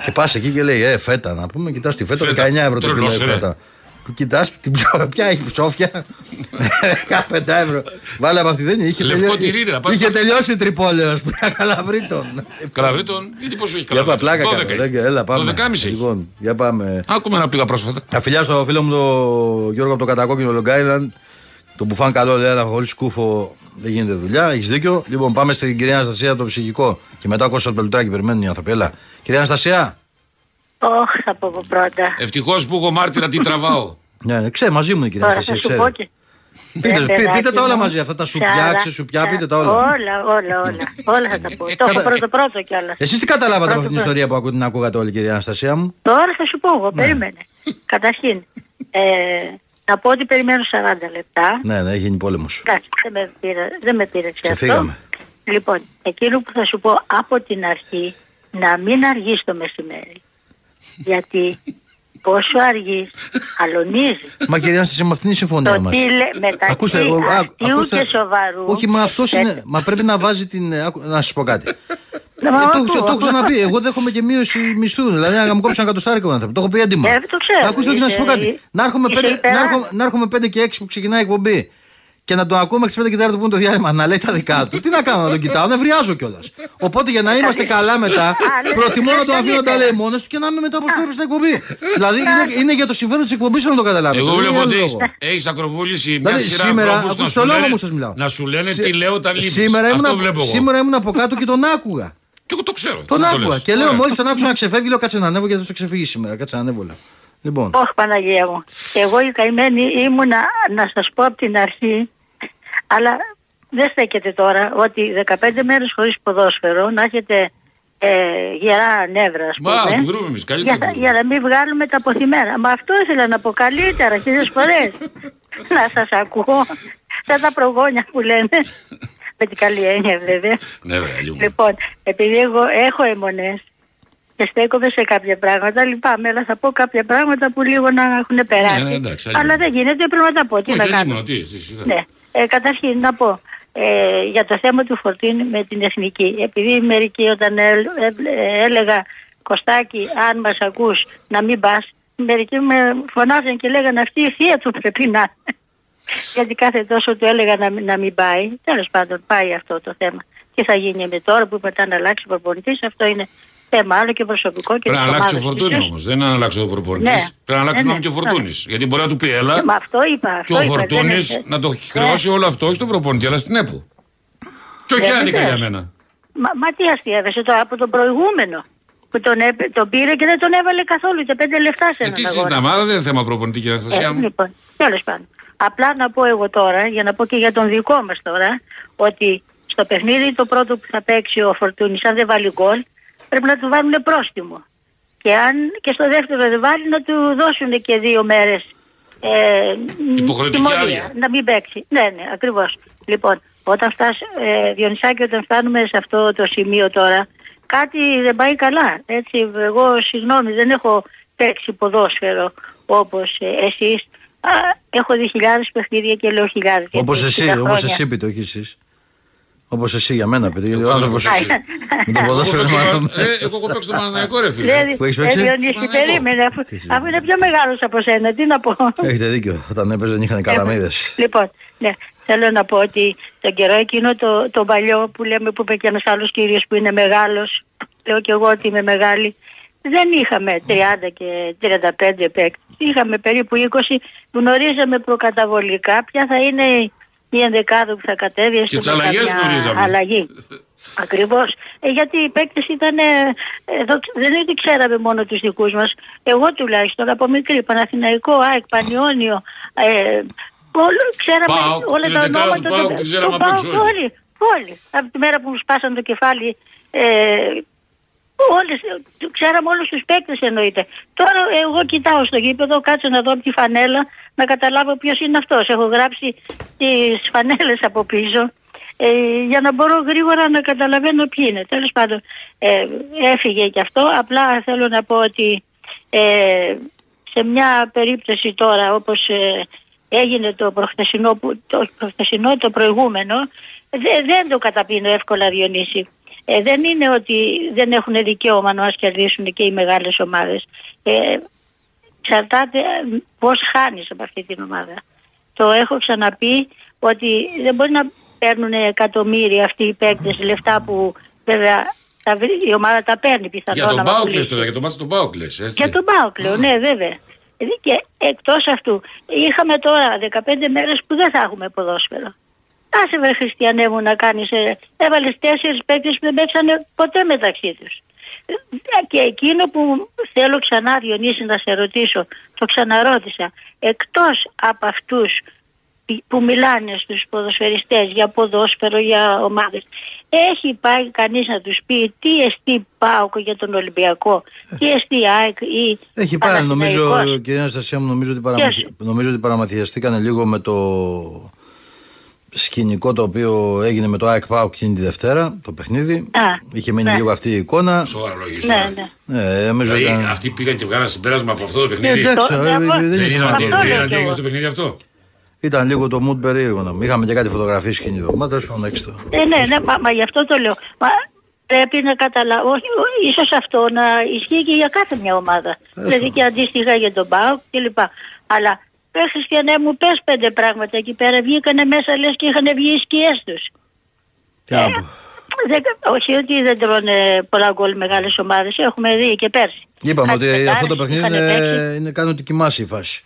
Speaker 1: και πας εκεί και λέει: Ε, φέτα να πούμε, κοιτάς τη φέτα,
Speaker 2: Φέτα.
Speaker 1: 19 ευρώ το κιλό
Speaker 2: Τρελός, ε.
Speaker 1: η
Speaker 2: ρε.
Speaker 1: φέτα. Που κοιτάς, ποια έχει ψόφια. 15 ευρώ. Βάλε από αυτή δεν είχε.
Speaker 2: Λευκό
Speaker 1: τελειώσει-
Speaker 2: τυρί, ρε, να πας
Speaker 1: είχε
Speaker 2: στο-
Speaker 1: τελειώσει τρίπολεο. Πρέπει να καλαβρεί τον.
Speaker 2: Καλαβρίτων, γιατί πόσο έχει
Speaker 1: Για πα, πλάκα
Speaker 2: καλαβρίτων.
Speaker 1: κάνω. δεν- Έλα, πάμε.
Speaker 2: Το 12,5 έχει.
Speaker 1: Λοιπόν, για πάμε.
Speaker 2: Άκουμε να πήγα πρόσφατα.
Speaker 1: Να φιλιά στο φίλο μου το Γιώργο από το κατακόκκινο Long Island. Το μπουφάν καλό λέει, αλλά χωρίς σκούφο δεν γίνεται δουλειά. Έχεις δίκιο. Λοιπόν, πάμε στην κυρία Αναστασία το ψυχικό. Και μετά Κώστα Πελουτράκη περιμένουν οι άνθρωποι. Έλα. Κυρία Αναστασία.
Speaker 6: Ωχ, θα πω από
Speaker 1: Ε,
Speaker 6: πρώτα.
Speaker 2: Ευτυχώς που έχω μάρτυρα τι τραβάω.
Speaker 1: Ναι, ναι, ξέρει, μαζί μου είναι η κυρία
Speaker 6: Τώρα θα
Speaker 1: Αναστασία.
Speaker 6: σου
Speaker 1: Ξέρει.
Speaker 6: πω και.
Speaker 1: Πείτε,
Speaker 6: Ρε,
Speaker 1: πείτε-
Speaker 6: παιδάκι
Speaker 1: πείτε τα όλα
Speaker 6: μου.
Speaker 1: μαζί. Αυτά τα σουπιά,
Speaker 6: Καλά.
Speaker 1: ξεσουπιά, πείτε τα όλα.
Speaker 6: Όλα, όλα, όλα. όλα θα τα πω. Το έχω
Speaker 1: Κατα-
Speaker 6: πρώτο πρώτο κιόλα.
Speaker 1: Εσείς τι καταλάβατε από αυτή την
Speaker 6: Πρώτο-
Speaker 1: ιστορία Ναι. που ακού- την ακούγατε όλοι, κυρία Αναστασία μου.
Speaker 6: Τώρα θα σου πω εγώ, περίμενε. Καταρχήν, ε, να πω ότι περιμένω 40 λεπτά.
Speaker 1: Ναι, ναι, έχει γίνει πόλεμος.
Speaker 6: Εντάξει, δεν με, πήρα, δεν με πείραξε αυτό.
Speaker 1: Ξεφύγαμε.
Speaker 6: Λοιπόν, εκείνο που θα σου πω από την αρχή, να μην αργείς το μεσημέρι. Γιατί πόσο αργείς, αλωνίζει.
Speaker 1: Μα κυρία Αναστασία, με αυτήν είναι η συμφωνία
Speaker 6: Το
Speaker 1: μας.
Speaker 6: τι λέ- μεταξύ
Speaker 1: α,
Speaker 6: αστείου και σοβαρού.
Speaker 1: Όχι, μα αυτός
Speaker 6: Ε,
Speaker 1: είναι. Μα πρέπει να βάζει την. ε, άκου- Να σας πω κάτι.
Speaker 6: Ναι,
Speaker 1: Ε,
Speaker 6: μα
Speaker 1: το,
Speaker 6: ακούω.
Speaker 1: έχω- το έχω ξαναπεί. Εγώ δέχομαι και μείωση μισθού. Δηλαδή, να μου κόψουν ένα κατοστάρικο άνθρωπος. Το έχω πει έντοιμα.
Speaker 6: Ε, το ξέρω.
Speaker 1: Ακούστε όχι να σας πω
Speaker 6: Είσαι-
Speaker 1: κάτι. Να έρχομαι,
Speaker 6: είσαι
Speaker 1: πέντε,
Speaker 6: υπερά-
Speaker 1: να, έρχομαι, να έρχομαι πέντε και 6 που ξεκινάει η εκπομπή και να το ακούω μέχρι τι 5 και 4 που είναι το διάλειμμα να λέει τα δικά του. Τι να κάνω να τον κοιτάω, δεν βριάζω κιόλας. Οπότε για
Speaker 6: Ε,
Speaker 1: να είμαστε καλά μετά,
Speaker 6: λες,
Speaker 1: προτιμώ να
Speaker 6: λες,
Speaker 1: τον αφήνω να τα
Speaker 6: καλύτερα.
Speaker 1: λέει μόνο του και να είμαι μετά όπως πρέπει στην εκπομπή. Δηλαδή είναι, είναι για το συμφέρον της εκπομπής να το καταλάβετε.
Speaker 2: Εγώ
Speaker 1: Δεν
Speaker 2: βλέπω
Speaker 1: είναι
Speaker 2: ότι
Speaker 1: άλλο
Speaker 2: έχεις-
Speaker 1: λόγο.
Speaker 2: έχεις ακροβούληση μια
Speaker 1: Δηλαδή
Speaker 2: σειρά
Speaker 1: σήμερα,
Speaker 2: ανθρώπους
Speaker 1: ακούστε
Speaker 2: να σου
Speaker 1: το λόγο
Speaker 2: λένε-
Speaker 1: μου σα μιλάω.
Speaker 2: Να σου λένε
Speaker 1: Σε-
Speaker 2: τι λέω όταν λείπεις.
Speaker 1: Σήμερα
Speaker 2: Αυτό
Speaker 1: ήμουν-
Speaker 2: βλέπω εγώ.
Speaker 1: Σήμερα ήμουν από κάτω και τον άκουγα.
Speaker 2: Και εγώ το ξέρω.
Speaker 1: Τον
Speaker 2: δεν το
Speaker 1: άκουγα.
Speaker 2: λες.
Speaker 1: Και λέω,
Speaker 2: Ωραία.
Speaker 1: μόλις τον άκουσα να ξεφεύγει, λέω κάτσε να ανέβω γιατί θα ξεφύγει σήμερα. Κάτσε να ανέβω. λέω. Λοιπόν.
Speaker 6: Όχι Παναγία μου. Εγώ η καημένη ήμουνα, να σας πω από την αρχή, αλλά δεν στέκεται τώρα ότι 15 μέρες χωρίς ποδόσφαιρο να έχετε ε, γερά νεύρα, ας
Speaker 2: Μα,
Speaker 6: πούμε.
Speaker 2: τη βρούμε εμείς, καλύτερα
Speaker 6: για,
Speaker 2: τη
Speaker 6: να-
Speaker 2: βρούμε.
Speaker 6: για να μην βγάλουμε τα αποθυμένα. Μα αυτό ήθελα να πω καλύτερα χίλιες φορές. να σας ακούω. Σαν τα προγόνια που λένε. Με την καλή έννοια βέβαια.
Speaker 2: Ναι, βρε, λίγο.
Speaker 6: Λοιπόν, επειδή εγώ έχω αιμονές και στέκομαι σε κάποια πράγματα, λυπάμαι, αλλά θα πω κάποια πράγματα που λίγο να έχουν περάσει.
Speaker 2: Ναι, ναι, εντάξει, αλλιώς.
Speaker 6: αλλά δεν γίνεται, πρέπει να τα πω. Τι
Speaker 2: Όχι,
Speaker 6: να
Speaker 2: δεν
Speaker 6: κάνω.
Speaker 2: ήμουν, τι, τι, σιγά.
Speaker 6: Ναι. Ε, καταρχήν να πω ε, για το θέμα του φορτίνη με την εθνική. Επειδή μερικοί όταν έλ- έβλε- ε, έλεγα Κωστάκη, αν μας ακούς να μην πας, μερικοί με φωνάζαν και λέγανε αυτή η θεία του πρέπει να είναι». Γιατί κάθε τόσο του έλεγα να, μην- να μην πάει. Τέλος πάντων, πάει αυτό το θέμα. Τι θα γίνει με τώρα που μετά να αλλάξει προπονητής, αυτό είναι θέμα άλλο και προσωπικό και
Speaker 2: Πρέπει να
Speaker 6: της
Speaker 2: αλλάξει ο
Speaker 6: ομάδας.
Speaker 2: Φορτούνη όμως. Δεν είναι να αλλάξει ο προπονητή.
Speaker 6: Ναι.
Speaker 2: Πρέπει να αλλάξει
Speaker 6: Ναι,
Speaker 2: νόμο και
Speaker 6: ναι.
Speaker 2: ο Φορτούνης. Γιατί μπορεί να του πει έλα
Speaker 6: Ε, μα αυτό είπα.
Speaker 2: και
Speaker 6: Αυτό
Speaker 2: ο
Speaker 6: είπα, δεν
Speaker 2: Φορτούνη
Speaker 6: είναι-
Speaker 2: να το
Speaker 6: Ναι.
Speaker 2: χρεώσει όλο αυτό όχι στον προπονητή, αλλά στην ΕΠΟ. Και όχι
Speaker 6: Ε,
Speaker 2: άδικα
Speaker 6: βεβαίως.
Speaker 2: για μένα.
Speaker 6: Μα, μα τι αστείευεσαι τώρα από τον προηγούμενο που τον, έπε- τον πήρε και δεν τον έβαλε καθόλου και πέντε λεφτά σε
Speaker 2: Ε,
Speaker 6: έναν
Speaker 2: τι
Speaker 6: αγώνα.
Speaker 2: συζητάμε, άρα δεν είναι θέμα προπονητή, κύριε
Speaker 6: Ε,
Speaker 2: Αναστασία μου.
Speaker 6: λοιπόν, τέλος πάντων. Απλά να πω εγώ τώρα, για να πω και για τον δικό μας τώρα, ότι στο παιχνίδι το πρώτο που θα παίξει ο Φορτούνης, αν δεν βάλει γκολ, πρέπει να του βάλουν πρόστιμο. Και αν και στο δεύτερο δεν βάλει, να του δώσουν και δύο μέρες ε, μ,
Speaker 2: Υποχρεωτική
Speaker 6: τιμωρία,
Speaker 2: άδεια.
Speaker 6: Να μην παίξει. Ναι, ναι, ακριβώς. Λοιπόν, όταν φτάσει, ε, Διονυσάκη, όταν φτάνουμε σε αυτό το σημείο τώρα, κάτι δεν πάει καλά. Έτσι, εγώ συγγνώμη, δεν έχω παίξει ποδόσφαιρο όπως ε, εσείς. Α, έχω δει χιλιάδες παιχνίδια και λέω χιλιάδες.
Speaker 1: Όπως
Speaker 6: γιατί
Speaker 1: εσύ,
Speaker 6: χίλια
Speaker 1: όπως
Speaker 6: χρόνια.
Speaker 1: εσύ πείτε, όχι εσείς. Όπως εσύ για μένα πείτε. Γιατί ο άνθρωπος.
Speaker 2: Α,
Speaker 1: Με
Speaker 2: Εγώ
Speaker 1: το
Speaker 2: έχω
Speaker 1: ποδόσφαιρο.
Speaker 2: παίξει
Speaker 1: μάλλον.
Speaker 2: το- ε, Εγώ έχω παίξει το Παναναναϊκό, ρε φίλε.
Speaker 6: Δηλαδή,
Speaker 1: Που έχεις
Speaker 6: ε,
Speaker 1: παίξει?
Speaker 6: Διονύση,
Speaker 2: Παναγικό.
Speaker 6: περίμενε, αφού,
Speaker 1: Τι
Speaker 6: αφού είναι πιο μεγάλος από σένα, τι να πω.
Speaker 1: Έχετε δίκιο. Όταν έπαιζαν είχαν καραμίδε.
Speaker 6: Λοιπόν, ναι, θέλω να πω ότι τον καιρό εκείνο το, το παλιό που λέμε που είπε και ένας άλλος κύριος που είναι μεγάλος, λέω και εγώ ότι είμαι μεγάλη, δεν είχαμε 30 και 35 παίκτες. Είχαμε περίπου 20 που γνωρίζαμε προκαταβολικά ποια θα είναι η- η ενδεκάδα που θα κατέβει. έστω
Speaker 2: Και τις
Speaker 6: με
Speaker 2: αλλαγές
Speaker 6: καμιά
Speaker 2: γνωρίζαμε.
Speaker 6: Αλλαγή. Ακριβώς. Ε, γιατί οι παίκτες ήταν. ε, ε, εδώ ξ- δεν είναι ότι ξέραμε μόνο τους δικούς μας. Εγώ τουλάχιστον από μικρή, Παναθηναϊκό, ΑΕΚ, Πανιόνιο. Ε, όλο, ξέραμε
Speaker 2: ΠΑΟΚ,
Speaker 6: όλα
Speaker 2: την
Speaker 6: τα
Speaker 2: δεκάδα
Speaker 6: ονόματα
Speaker 2: του ΠΑΟΚ την ξέραμε απ'
Speaker 6: ΠΑΟΚ,
Speaker 2: έξω όλοι.
Speaker 6: όλοι. Όλοι. Από τη μέρα που μου σπάσαν το κεφάλι. Ε, όλες, ε, ξέραμε όλους τους παίκτες εννοείται. Τώρα εγώ κοιτάω στο γήπεδο, κάτσω να δω από τη φανέλα να καταλάβω ποιος είναι αυτός. Έχω γράψει τις φανέλες από πίσω. Ε, για να μπορώ γρήγορα να καταλαβαίνω ποιοι είναι. Τέλος πάντων, ε, έφυγε και αυτό. Απλά θέλω να πω ότι ε, σε μια περίπτωση τώρα, όπως ε, έγινε το προχθεσινό, που- το προχθεσινό, το προηγούμενο, δε- δεν το καταπίνω εύκολα Διονύση. Ε, δεν είναι ότι δεν έχουν δικαίωμα να μας κερδίσουν και οι μεγάλες ομάδες. Ε, εξαρτάται ε, πώς χάνεις από αυτή την ομάδα. Το έχω ξαναπεί ότι δεν μπορεί να παίρνουν εκατομμύρια αυτοί οι παίκτες λεφτά που βέβαια τα βρει- η ομάδα τα παίρνει πιθανόν.
Speaker 2: Για τον
Speaker 6: άμα
Speaker 2: Πάοκλε
Speaker 6: πουλήσει.
Speaker 2: τώρα, για τον Μάτσο τον Πάοκλε.
Speaker 6: Για τον Πάοκ, λέω, ναι, βέβαια. Δηλαδή Και εκτός αυτού, είχαμε τώρα 15 μέρες που δεν θα έχουμε ποδόσφαιρο. Άσε βρε Χριστιανέ μου να ε, κάνει. Έβαλες τέσσερις παίκτες που δεν παίξανε ποτέ μεταξύ τους. Και εκείνο που θέλω ξανά, Διονύση, να σε ρωτήσω, το ξαναρώτησα. Εκτός από αυτούς που μιλάνε στους ποδοσφαιριστές για ποδόσφαιρο, για ομάδες. Έχει πάει κανείς να τους πει τι εστί ΠΑΟΚ για τον Ολυμπιακό, τι εστί ΑΕΚ ή
Speaker 1: Έχει πάει, νομίζω,
Speaker 6: Παναθηναϊκός.
Speaker 1: κυρία Αναστασία μου, νομίζω ότι, παραμαθι...
Speaker 6: Ποιος?
Speaker 1: νομίζω ότι παραμαθιαστήκανε λίγο με το σκηνικό το οποίο
Speaker 6: Ε.
Speaker 1: έγινε με το ΑΕΚ ΠΑΟΚ εκείνη τη Δευτέρα, το παιχνίδι. Είχε μείνει
Speaker 6: ναι.
Speaker 1: λίγο αυτή η εικόνα.
Speaker 2: Σοβαρά λογιστή.
Speaker 6: Ναι, ναι.
Speaker 1: Ε, νομίζω
Speaker 2: Δηλαδή,
Speaker 1: ήταν-
Speaker 2: αυτοί πήγαν και βγάλαν συμπέρασμα από αυτό το
Speaker 1: Ναι,
Speaker 2: παιχνίδι.
Speaker 1: εντάξει,
Speaker 6: Το-
Speaker 1: ε,
Speaker 6: ναι,
Speaker 1: δεν
Speaker 6: αυτό-
Speaker 2: Δεν
Speaker 1: ήταν-
Speaker 2: είδαν
Speaker 6: Αυτό
Speaker 2: τι
Speaker 6: λέω
Speaker 2: τι-
Speaker 6: κι
Speaker 2: τι έγινε
Speaker 6: εγώ.
Speaker 2: στο παιχνίδι αυτό.
Speaker 1: Ήταν λίγο το mood περίεργο. να- Είχαμε και κάτι φωτογραφίες εκείνη την εβδομάδα. τέλος πάντων, έξω το.
Speaker 6: Ε, ναι, ναι, μα, μα γι' αυτό το λέω. Μα πρέπει να καταλάβω, όχι, ό, ίσως αυτό να ισχύει και για κάθε μια
Speaker 1: Ε,
Speaker 6: ομάδα. Δηλαδή και αντίστοιχα για τον ΠΑΟΚ κλπ. Αλλά πες Χριστιανέ μου, πες πέντε πράγματα εκεί πέρα, βγήκανε μέσα λες και είχαν βγει οι σκιές τους.
Speaker 1: Τι να πω.
Speaker 6: Ε, Δεν, όχι ότι δεν τρώνε πολλά γκολ μεγάλες ομάδες. Έχουμε δει και πέρσι.
Speaker 1: Είπαμε
Speaker 6: Κάτι
Speaker 1: ότι
Speaker 6: Πετάρες
Speaker 1: αυτό το
Speaker 6: που
Speaker 1: παιχνίδι
Speaker 6: είχαν παίξει.
Speaker 1: είναι, είναι κάνει ότι κοιμάσαι η φάση.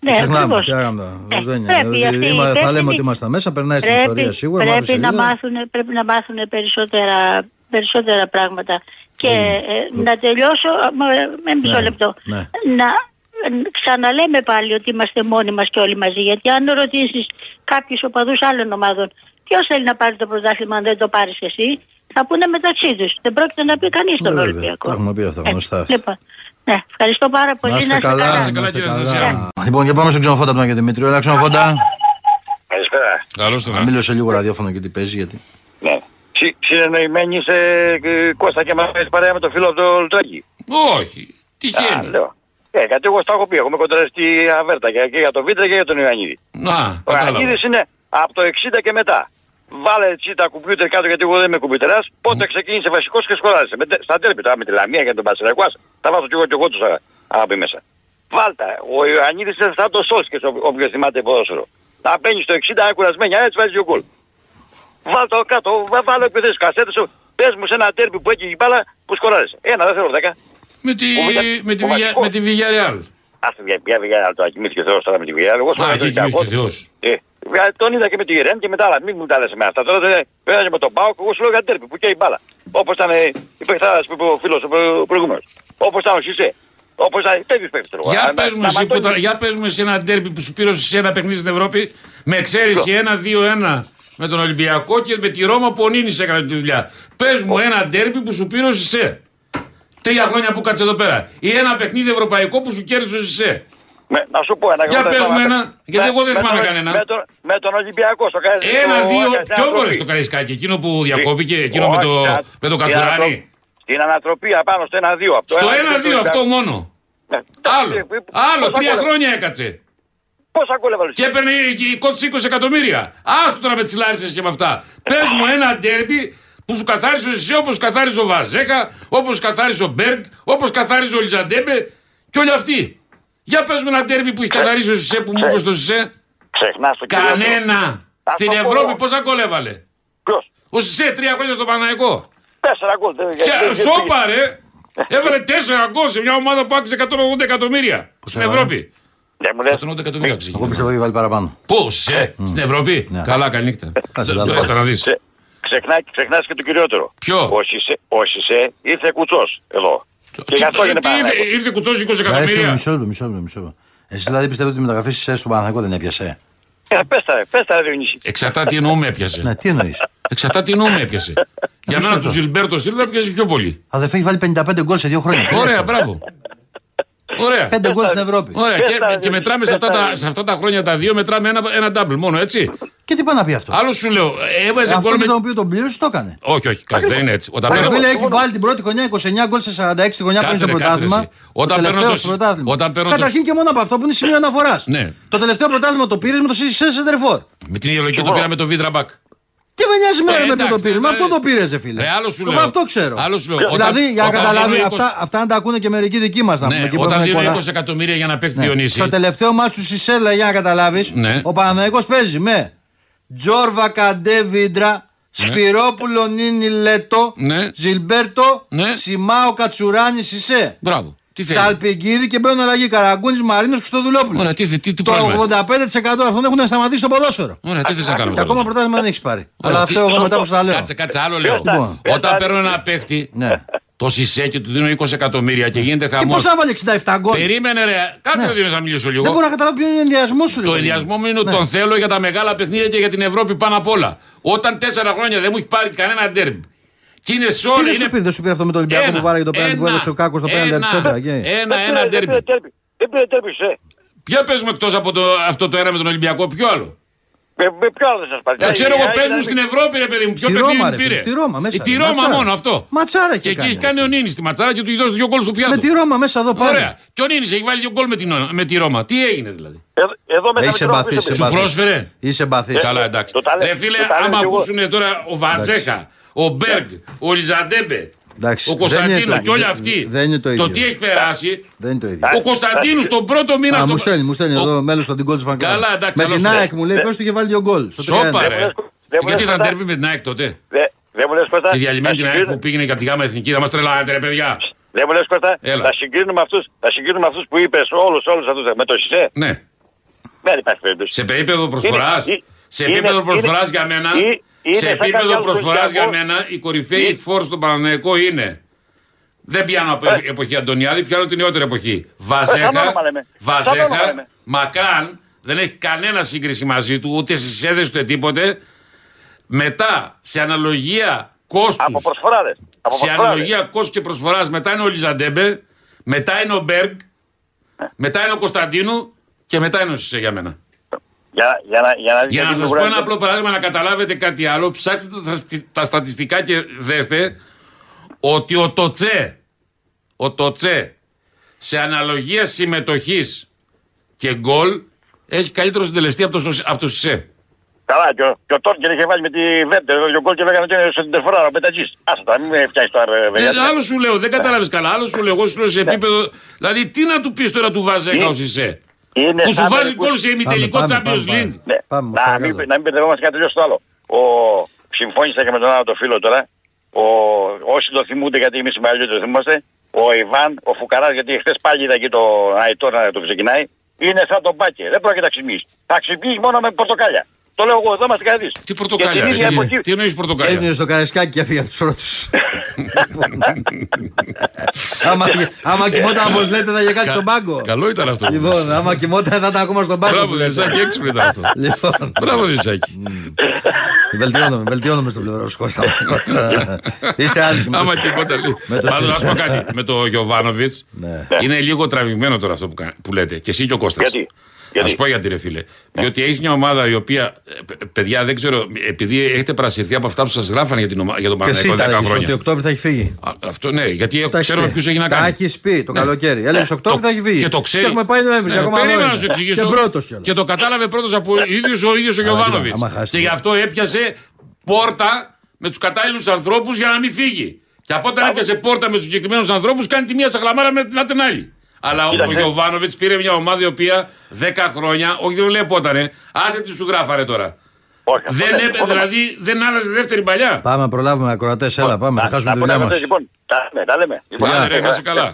Speaker 6: Ναι,
Speaker 1: Ε, Ξεχνάμε
Speaker 6: ακριβώς.
Speaker 1: τι άγαμε.
Speaker 6: Ε,
Speaker 1: Δεν είναι.
Speaker 6: πρέπει
Speaker 1: Ότι
Speaker 6: αυτοί οι
Speaker 1: είμα- θα
Speaker 6: υπεύθυνοι
Speaker 1: λέμε ότι ήμασταν μέσα, περνάει στην
Speaker 6: πρέπει-
Speaker 1: ιστορία σίγουρα. μαύρη
Speaker 6: Πρέπει να,
Speaker 1: σελίδα.
Speaker 6: μάθουν, πρέπει να μάθουν περισσότερα, περισσότερα πράγματα. Και ε, να τελειώσω, με, με μισό
Speaker 1: Ναι,
Speaker 6: λεπτό.
Speaker 1: ναι.
Speaker 6: Να ε, ξαναλέμε πάλι ότι είμαστε μόνοι μας και όλοι μαζί. Γιατί αν ρωτήσεις κάποιους οπαδούς άλλων ομάδων ποιος θέλει να πάρει το πρωτάθλημα αν δεν το πάρεις εσύ, θα πούνε μεταξύ τους. Δεν πρόκειται να πει κανείς τον
Speaker 1: Βέβαια,
Speaker 6: Ολυμπιακό.
Speaker 1: τα έχουμε πει αυτά,
Speaker 6: Ε,
Speaker 1: γνωστά αυτά.
Speaker 6: Λοιπόν, ναι, ευχαριστώ πάρα πολύ.
Speaker 1: Να είστε καλά,
Speaker 2: Να είστε καλά, κύριε Αναστασία.
Speaker 1: Λοιπόν, για πάμε στον ξενοφόντα από τον Άγιο Δημήτριο. Έλα, ξενοφόντα.
Speaker 5: Καλησπέρα.
Speaker 2: Καλώς το να.
Speaker 1: Μίλωσε λίγο ραδιόφωνο και τι παίζει, γιατί.
Speaker 5: Ναι. Συ- Συνεννοημένοι σε ε, Κώστα και Μαρία παρέα με το φίλο από το Λουτράκι.
Speaker 2: Όχι.
Speaker 5: Α,
Speaker 2: Τυχαίνει.
Speaker 5: λέω. Ε, γιατί εγώ στα έχω πει. Έχουμε κοντραστεί αβέρτα και, και για τον Βίτρα και για τον Ιωαννίδη.
Speaker 2: Να,
Speaker 5: Ο
Speaker 2: κατάλαβα.
Speaker 5: Ιωαννίδης είναι από το 60 και μετά. Βάλε έτσι τα κουμπιούτερ κάτω γιατί εγώ δεν είμαι κουμπιουτεράς. Πότε ξεκίνησε βασικός και σχολάρισε. Με, τε- στα τέρπι τώρα με τη Λαμία και τον Πασαρακό. Τα βάζω κι εγώ κι εγώ τους αγαπή μέσα. Βάλτα. Ο Ιωαννίδης είναι σαν το Σόλσκες όποιος θυμάται ποδόσφαιρο. Να μπαίνει στο 60 ακουρασμένια έτσι βάζει ο γκολ. Βάλ το κάτω, βα- βάλω επιθέσει κασέτε. Πες μου σε ένα τέρμι που έχει η μπάλα που σκοράρισε. Ένα, δεν θέλω δέκα.
Speaker 2: Με τη,
Speaker 5: Ο Βιγια-
Speaker 2: με τη,
Speaker 5: ο
Speaker 2: Βιγια-
Speaker 5: βασικός.
Speaker 2: με τη Villarreal.
Speaker 5: Α πια πια βγαίνει το κοιμήθηκε ο Θεός τώρα με τη Βηγιάρα. Εγώ
Speaker 2: Α,
Speaker 5: σκόραρε
Speaker 2: εκεί
Speaker 5: τον
Speaker 2: κοιμήθηκε ο
Speaker 5: Ολυμπιακό.
Speaker 2: Θεός.
Speaker 5: Ε, βγα- τον είδα και με τη Γερέν και μετά, αλλά μην μου τα λες με αυτά. Τώρα δεν πέρασε με τον Πάοκ, εγώ σου λέω για τέρπι που και η μπάλα. Όπως ήταν ε, η παιχτάρα που είπε ο φίλο ο προηγούμενος. Όπως ε, ήταν ο Σισε. Όπως ήταν τέτοιους παίχτε.
Speaker 2: Για πες, μου εσύ, που τα- για πες μου εσύ ένα ντέρμπι που σου πήρωσε σε ένα παιχνίδι στην Ευρώπη με εξαίρεση ένα-δύο-ένα με τον Ολυμπιακό και με τη Ρώμα που ο Νίνης έκανε τη δουλειά. Πες μου ένα ντέρμπι που σου πήρωσε σε τρία χρόνια που κάτσε εδώ πέρα. Ή ένα παιχνίδι ευρωπαϊκό που σου κέρδισε σε.
Speaker 5: να σου πω ένα.
Speaker 2: Για
Speaker 5: εγώ δεν
Speaker 2: πες μου
Speaker 5: θυμάμαι.
Speaker 2: ένα, γιατί
Speaker 5: Με-
Speaker 2: εγώ δεν
Speaker 5: με
Speaker 2: θυμάμαι
Speaker 5: τον-
Speaker 2: κανένα.
Speaker 5: με τον- Με τον Ολυμπιακό στο Καραϊσκάκι.
Speaker 2: Ένα-δύο. Ποιο μπορεί στο Καραϊσκάκι, εκείνο που διακόπηκε, εκείνο με το, με το Κατσουράνη.
Speaker 5: Στην ανατροπή απάνω στο ένα-δύο. απ' το
Speaker 2: Στο
Speaker 5: ένα και
Speaker 2: ένα-δύο
Speaker 5: το-
Speaker 2: αυτό μόνο.
Speaker 5: Ναι.
Speaker 2: Άλλο.
Speaker 5: Πόσα
Speaker 2: Άλλο.
Speaker 5: γκολ
Speaker 2: Τρία
Speaker 5: έβαλε.
Speaker 2: χρόνια έκατσε.
Speaker 5: Πόσα γκολ έβαλε.
Speaker 2: Και έπαιρνε η κότση 20 εκατομμύρια. Άστο τώρα με τις λάρισες και με αυτά. Πες μου ένα ντέρμπι που σου καθάρισε εσύ όπως καθάρισε ο Βαζέκα, όπως καθάρισε ο Μπέργκ, όπως καθάρισε ο Λιζαντέμπε και όλοι αυτοί. Για πες μου ένα ντέρμπι που έχεις καθαρίσει ο Σισε που μου είπε το Σισε.
Speaker 5: Ξεχνάς το κύριο του.
Speaker 2: Κανένα.
Speaker 5: Ας
Speaker 2: Στην
Speaker 5: το πω
Speaker 2: Ευρώπη
Speaker 5: εγώ.
Speaker 2: πόσα γκολ έβαλε.
Speaker 5: Ποιος?
Speaker 2: Ο Σισε τρία χρόνια στο Παναϊκό.
Speaker 5: Τέσσερα γκολ. δεν- δεν-
Speaker 2: Και
Speaker 5: δεν-
Speaker 2: σώπα ρε. Έβαλε τέσσερα γκολ σε μια ομάδα που άξιζε 180 εκατομμύρια στην
Speaker 1: έβαλε?
Speaker 2: Ευρώπη.
Speaker 7: Ναι,
Speaker 2: Ε,
Speaker 5: Δεν μου λες.
Speaker 2: 180 εκατομμύρια άξιζε.
Speaker 1: Εγώ πιστεύω ότι βάλει παραπάνω.
Speaker 2: Πώ, σε, στην Ευρώπη.
Speaker 1: Ναι.
Speaker 2: Καλά, καλή νύχτα.
Speaker 1: Άσε,
Speaker 2: Δεν
Speaker 1: καλά.
Speaker 2: το να δεις.
Speaker 5: Ξε- ξεχνά- Ξεχνάς και το κυριότερο.
Speaker 2: Ποιο?
Speaker 5: Ο Σισε- Ο Σισε ήρθε κουτσός εδώ. Και γι' αυτό έγινε Παναθηναϊκός.
Speaker 2: Ήρθε κουτσός 20
Speaker 1: Μισό
Speaker 2: εκατομμύρια.
Speaker 1: Ε, μισό λεπτό, μισό λεπτό, μισό λεπτό. Εσύ δηλαδή πιστεύω ότι η μεταγραφή σε στον Παναθηναϊκό δεν έπιασε.
Speaker 5: Ε, Πες τα ρε, πες τα ρε Διονύση.
Speaker 2: Εξαρτάται τι εννοούμε
Speaker 1: Ναι,
Speaker 2: έπιασε.
Speaker 1: τι εννοείς.
Speaker 2: Εξαρτάται τι εννοούμε έπιασε. Για μένα του Ζιλμπέρτο Σίλβα έπιασε πιο πολύ.
Speaker 1: Αδερφέ έχει βάλει 55 γκολ σε δύο χρόνια. Τι λες
Speaker 2: Ωραία,
Speaker 1: τώρα.
Speaker 2: μπράβο. Ωραία.
Speaker 1: Πέντε γκολ στην Ευρώπη.
Speaker 2: Ωραία.
Speaker 7: Πες
Speaker 2: Και,
Speaker 7: τα,
Speaker 2: και μετράμε σε αυτά,
Speaker 7: πες τα.
Speaker 2: τα, σε αυτά τα χρόνια τα δύο, μετράμε ένα, ένα double μόνο, έτσι.
Speaker 1: Και τι πάει να πει αυτό.
Speaker 2: Άλλος σου λέω, ε, έβαζε
Speaker 1: Αυτό
Speaker 2: γκολ
Speaker 1: με
Speaker 2: με.
Speaker 1: τον οποίο τον πλήρωσε το έκανε.
Speaker 2: Όχι, όχι, κάτι δεν είναι έτσι. Όταν
Speaker 1: Ο
Speaker 2: παίρνω-
Speaker 1: Φίλε έχει βάλει την πρώτη χρονιά 29 γκολ σε 46 τη χρονιά πριν
Speaker 2: Κάτσε,
Speaker 1: στο
Speaker 2: ρε,
Speaker 1: πρωτάθλημα.
Speaker 2: κάτσε, ρε, εσύ. Όταν παίρνω
Speaker 1: τελευταίο
Speaker 2: το-
Speaker 1: στο πρωτάθλημα.
Speaker 2: όταν παίρνω το-
Speaker 1: Καταρχήν και μόνο από αυτό που είναι σημείο αναφοράς.
Speaker 2: Ναι.
Speaker 1: Το τελευταίο πρωτάθλημα το πήρε με το CCS Σεντερφόρ.
Speaker 2: Με την ιδεολογική το πήραμε το Βίδρα Μπακ.
Speaker 1: Τι με νοιάζει
Speaker 2: Ε,
Speaker 1: μέρα με ποιο το
Speaker 2: εντάξει,
Speaker 1: πήρε. Με
Speaker 2: ε,
Speaker 1: αυτό το πήρε, ρε φίλε.
Speaker 2: ρε, άλλο σου
Speaker 1: Εγώ
Speaker 2: λέω.
Speaker 1: Αυτό ξέρω.
Speaker 2: Άλλο σου λέω.
Speaker 1: Δηλαδή,
Speaker 2: Όταν-
Speaker 1: για να
Speaker 2: όταν
Speaker 1: καταλάβει,
Speaker 2: δίνω 20
Speaker 1: αυτά, αυτά να τα ακούνε και μερικοί δικοί μας να πούμε.
Speaker 2: Ναι,
Speaker 1: και
Speaker 2: όταν
Speaker 1: πρέπει να
Speaker 2: δίνω
Speaker 1: κολλά-
Speaker 2: 20 εκατομμύρια για να παίξει
Speaker 1: Ναι. Στο
Speaker 2: Διονύση.
Speaker 1: τελευταίο μάτσο του Σισέλα, για να καταλάβεις,
Speaker 2: Ναι.
Speaker 1: ο Παναθηναϊκός παίζει με Τζόρβα Καντέ Βίντρα, Σπυρόπουλο Νίνι Λέτο,
Speaker 2: Ναι.
Speaker 1: Ζιλμπέρτο,
Speaker 2: Ναι.
Speaker 1: Σιμάο Κατσουράνης Σισέ.
Speaker 2: Μπράβο. Τι θέλει.
Speaker 1: Σαλπιγκίδη και μπαίνουν αλλαγή Καραγκούνης Μαρίνος Χρυστοδουλόπουλο.
Speaker 2: Ωραία, τι, τι, τι,
Speaker 1: Το
Speaker 2: πρόβλημα.
Speaker 1: 85% αυτών έχουν σταματήσει το ποδόσφαιρο.
Speaker 2: Ωραία, τι θες να κάνουμε.
Speaker 1: Και ακόμα
Speaker 2: τώρα.
Speaker 1: προτάσει δεν έχεις πάρει.
Speaker 2: Ωραία,
Speaker 1: Αλλά
Speaker 2: τι-
Speaker 1: αυτό εγώ μετά που τα λέω.
Speaker 2: Κάτσε, κάτσε, άλλο λέω.
Speaker 1: Λοιπόν.
Speaker 2: Όταν παίρνω ένα παίχτη,
Speaker 1: Ναι.
Speaker 2: το σισέ και του δίνω 20 εκατομμύρια και γίνεται
Speaker 1: Και
Speaker 2: χαμό.
Speaker 1: πώ Ε, θα βάλει 67 γκολ.
Speaker 2: Περίμενε, ρε. Κάτσε
Speaker 1: Ναι.
Speaker 2: ρε, Διονύση, να μιλήσω λίγο.
Speaker 1: Δεν μπορώ να Ναι. καταλάβω ποιο είναι ο ενδιασμός σου. ρε
Speaker 2: Το
Speaker 1: παιδί μου.
Speaker 2: ενδιασμό μου είναι ότι τον θέλω για τα μεγάλα παιχνίδια και για την Ευρώπη πάνω απ' όλα. Όταν τέσσερα χρόνια δεν μου έχει πάρει κανένα ντέρμπι. Και είναι σε
Speaker 1: Τι
Speaker 2: όλα.
Speaker 1: δεν σου πήρε, δεν σου πήρε αυτό με τον Ολυμπιακό που πάραγε το πέναντι που έδωσε ο Κάκος το πέναντι τη Σέντρα. γεια.
Speaker 2: Ένα, ένα ντέρμπι.
Speaker 7: Δεν πήρε ε. τέρμι, σε.
Speaker 2: Ποια παίζουμε εκτός από το, αυτό το ένα με τον Ολυμπιακό, ποιο άλλο.
Speaker 7: Με, με ποιο άλλο θα σας πάρει.
Speaker 2: Δεν ξέρω εγώ, παίζουν
Speaker 7: Ήταν-
Speaker 2: στην Ευρώπη, ρε παιδί μου. Ποιο
Speaker 1: ε, Στη Ρώμα,
Speaker 2: παιχνίδι
Speaker 1: ρε,
Speaker 2: πήρε.
Speaker 1: στη Ρώμα, μέσα,
Speaker 2: Ε, Τη
Speaker 1: ρε,
Speaker 2: Ρώμα
Speaker 1: ματσάρα.
Speaker 2: μόνο αυτό.
Speaker 1: Ματσάρα
Speaker 2: Και
Speaker 1: είχε
Speaker 2: εκεί έχει
Speaker 1: κάνει.
Speaker 2: κάνει ο Νίνης τη ματσάρα και του δώσει δύο γκολ στο πιάτο.
Speaker 1: Με τη Ρώμα μέσα εδώ πάλι.
Speaker 2: Ωραία. Και ο Νίνης έχει βάλει δύο γκολ με, την- με τη Ρώμα. Τι έγινε δηλαδή.
Speaker 7: Εδώ- Εδώ μέσα
Speaker 1: Έχει
Speaker 7: με τρόπο
Speaker 1: εμπαθήσει.
Speaker 7: πίσω.
Speaker 2: Σου πρόσφερε.
Speaker 1: Είσαι
Speaker 6: Ε.
Speaker 1: μπαθή.
Speaker 2: Καλά, εντάξει.
Speaker 7: Ε, Το τα λέ-
Speaker 2: Ρε φίλε,
Speaker 7: το τα λένε
Speaker 2: άμα
Speaker 7: κι εγώ.
Speaker 2: ακούσουν τώρα ο Βαζέχα, ο Μπέργκ, ο Λιζαντέμπε, ο
Speaker 1: Εντάξει, δεν είναι
Speaker 2: Κωνσταντίνος
Speaker 1: το-
Speaker 2: και όλοι
Speaker 1: δεν-
Speaker 2: αυτοί.
Speaker 1: δεν είναι το ίδιο.
Speaker 2: τι έχει περάσει.
Speaker 1: Δεν είναι το ίδιο.
Speaker 2: Ο Κωνσταντίνος τον πρώτο μήνα
Speaker 1: Α,
Speaker 2: στο.
Speaker 1: μου στέλνει, μου στέλνει
Speaker 2: Ο-
Speaker 1: εδώ μέλος των Τιγκόλ τη Φαγκάρα.
Speaker 2: Καλά, εντάξει,
Speaker 1: Με
Speaker 2: καλώς
Speaker 1: την
Speaker 2: το.
Speaker 1: ΑΕΚ μου λέει, πες του είχε βάλει δύο γκολ. στο
Speaker 2: Σόπα,
Speaker 1: 31.
Speaker 2: ρε.
Speaker 7: Δεν μου λες
Speaker 2: Γιατί ήταν
Speaker 7: κοντά.
Speaker 2: τέρμι με την ΑΕΚ τότε.
Speaker 7: Δε- Δεν μου λες Κώστα.
Speaker 2: Τη διαλυμένη
Speaker 7: θα
Speaker 2: την ΑΕΚ
Speaker 7: συγκρίνω-
Speaker 2: που πήγαινε για τη γάμα εθνική. Θα μας τρελάνετε, ρε παιδιά.
Speaker 5: Ναι,
Speaker 7: Δεν μου λες Κώστα.
Speaker 2: Έλα.
Speaker 7: Θα συγκρίνουμε αυτούς, θα συγκρίνουμε αυτούς που είπες όλους, όλους αυτούς με το ΣΥΣΕ.
Speaker 2: Ναι.
Speaker 7: Δεν υπάρχει περίπτωση.
Speaker 2: Σε επίπεδο προσφοράς.
Speaker 7: Είναι-
Speaker 2: Σε
Speaker 7: είναι-
Speaker 2: επίπεδο προσφορά
Speaker 7: είναι-
Speaker 2: για μένα.
Speaker 7: είναι- είναι
Speaker 2: Σε
Speaker 7: σαν κάτι
Speaker 2: επίπεδο
Speaker 7: άλλο
Speaker 2: προσφορά για
Speaker 7: Ολυμπιακό.
Speaker 2: μένα η κορυφαίη
Speaker 7: Είναι-
Speaker 2: φόρ στον Παναναναϊκό είναι. Δεν πιάνω από
Speaker 7: Ε.
Speaker 2: εποχή Αντωνιάδη, πιάνω την νεότερη εποχή.
Speaker 7: Ε, σαν
Speaker 2: Βαζέχα,
Speaker 7: όνομα λέμε. Σαν όνομα
Speaker 2: Βαζέχα
Speaker 7: λέμε.
Speaker 2: Μακράν, δεν έχει κανένα σύγκριση μαζί του, ούτε στις έδε ούτε τίποτε. Μετά, σε αναλογία κόστους
Speaker 7: Από προσφοράδες. Από
Speaker 2: σε
Speaker 7: προσφοράδες.
Speaker 2: αναλογία κόστους και προσφοράς. Μετά είναι ο Λιζαντέμπε, μετά είναι ο Μπέργκ,
Speaker 7: Ε.
Speaker 2: μετά είναι ο Κωνσταντίνου και μετά είναι ο Σισε για μένα.
Speaker 7: Για, για να, για να,
Speaker 2: Για να
Speaker 7: μην
Speaker 2: σα πω
Speaker 7: κουράζετε.
Speaker 2: ένα απλό παράδειγμα να καταλάβετε κάτι άλλο, ψάξτε τα, στι- τα στατιστικά και δέστε ότι ο Τοτσέ, ο Τοτσέ σε αναλογία συμμετοχής και γκολ έχει καλύτερο συντελεστή από το, Σο- από το Σισε.
Speaker 7: Καλά, και ο, και ο Τόρκερ είχε βάλει με τη Βέντερ, ο γκολ και λέγανε ότι είναι στον τεφορά, ο Μπετατζής. Άσε τα, μην με φτιάχνεις τώρα, ρε,
Speaker 2: Ε,
Speaker 7: Βεγιάτη.
Speaker 2: άλλο σου λέω, δεν κατάλαβε καλά. Άλλο σου λέω, εγώ σου λέω σε επίπεδο. Δηλαδή, τι να του πεις τώρα του Βαζέκα
Speaker 7: Ε,
Speaker 2: ο Σισε.
Speaker 3: Ναι,
Speaker 7: Είναι
Speaker 2: Που σου
Speaker 7: σαν
Speaker 2: βάζει
Speaker 7: μερικούς-
Speaker 2: γκολ σε ημιτελικό
Speaker 1: Πάμε, πάμε,
Speaker 2: Champions
Speaker 1: πάμε,
Speaker 2: League.
Speaker 1: πάμε.
Speaker 7: Ναι.
Speaker 1: Πάμε,
Speaker 7: να,
Speaker 1: παρακαλώ.
Speaker 7: μην, να μην μπερδευόμαστε κάτι τελείω στο άλλο. Ο, συμφώνησα και με τον άλλο το φίλο τώρα. Ο, όσοι το θυμούνται, γιατί εμείς οι μαλλιοί το θυμόμαστε, ο Ιβάν, ο Φουκαράς, γιατί χθες πάλι είδα εκεί το Αϊτόρ να το ξεκινάει, είναι σαν τον Μπάκε. Δεν πρόκειται να ξυπνήσεις. Θα ξυπνήσεις μόνο με πορτοκάλια. Το λέω εγώ, εδώ είμαστε κανεί.
Speaker 2: Τι πορτοκάλια, ρε, τι- τι εννοείς πορτοκάλια.
Speaker 1: Έμεινε στο καρεσκάκι και έφυγε από τους πρώτου.
Speaker 2: Ε.
Speaker 1: άμα, άμα κοιμόταν όπως λέτε, θα είχε κάτι στον πάγκο.
Speaker 2: Καλό ήταν αυτό. που
Speaker 1: Λοιπόν,
Speaker 2: είπες.
Speaker 1: άμα κοιμόταν θα ήταν ακόμα στον πάγκο.
Speaker 2: Μπράβο,
Speaker 1: που λέτε.
Speaker 2: Διονυσάκη, έξυπνο ήταν αυτό.
Speaker 1: Λοιπόν,
Speaker 2: Μπράβο, Διονυσάκη.
Speaker 1: Ναι. βελτιώνομαι, βελτιώνομαι στο πλευρό σου Κώστα.
Speaker 2: Ε.
Speaker 1: Είστε άδικοι.
Speaker 2: Άμα και πότε λέει.
Speaker 1: Με το
Speaker 2: Πάντως,
Speaker 1: σύν.
Speaker 2: να σου πω κάτι. Με το Γιωβάνοβιτ
Speaker 1: Ναι.
Speaker 2: είναι λίγο τραβηγμένο τώρα αυτό που, κα- που λέτε. Και εσύ και ο Κώστας.
Speaker 7: Γιατί?
Speaker 2: Να
Speaker 7: Γιατί? Ναι.
Speaker 2: σου πω γιατί, ρε φίλε. Διότι έχεις μια ομάδα η οποία. ε, παι- Παιδιά, δεν ξέρω, επειδή έχετε παρασυρθεί από αυτά που σας γράφανε για, την ομα- για τον
Speaker 1: Και εσύ
Speaker 2: Παναγιώτο 10
Speaker 1: τα έλεγες ότι
Speaker 2: χρόνια.
Speaker 1: Οκτώβρη θα έχει φύγει.
Speaker 2: Α, Αυτό ναι, γιατί έχω-
Speaker 1: Τα έχεις
Speaker 2: ξέρουμε
Speaker 1: πει.
Speaker 2: ποιου έχει να
Speaker 1: Τα
Speaker 2: κάνει.
Speaker 1: έχεις πει το
Speaker 2: Ναι.
Speaker 1: καλοκαίρι. Έλεγες Οκτώβρη θα έχει φύγει.
Speaker 2: Και το ξέρει.
Speaker 1: Και έχουμε πάει Νοέμβρη. και
Speaker 2: Ναι,
Speaker 1: ακόμα
Speaker 2: περίμενα να
Speaker 1: Νοέμβρη.
Speaker 2: σου εξηγήσω.
Speaker 1: Και πρώτος κιόλας. Ε,
Speaker 2: Και το κατάλαβε πρώτος από ο ίδιος ο ίδιος ο Γιωβάνοβιτ.
Speaker 1: άμα χάσει.
Speaker 2: Και γι' αυτό έπιασε πόρτα με τους κατάλληλους ανθρώπους για να μην φύγει. Και από όταν έπιασε πόρτα με τους συγκεκριμένους ανθρώπους, κάνει τη μία σαχλαμάρα με την την άλλη. Αλλά ο
Speaker 7: Κοίταξε.
Speaker 2: Γιωβάνοβιτ πήρε μια ομάδα η οποία 10 χρόνια, όχι δεν βλέπότανε, άσε τι σου γράφανε τώρα. Δεν έπε, δηλαδή δεν άλλαζε δεύτερη παλιά.
Speaker 1: Πάμε να προλάβουμε ακροατές. Έλα, πάμε. Θα χάσουμε τη δουλειά
Speaker 2: ναι,
Speaker 1: μα.
Speaker 7: Λοιπόν, τα λέμε, τα λέμε. Λοιπόν,
Speaker 2: Άντε ρε,
Speaker 7: άντε,
Speaker 2: να είσαι καλά.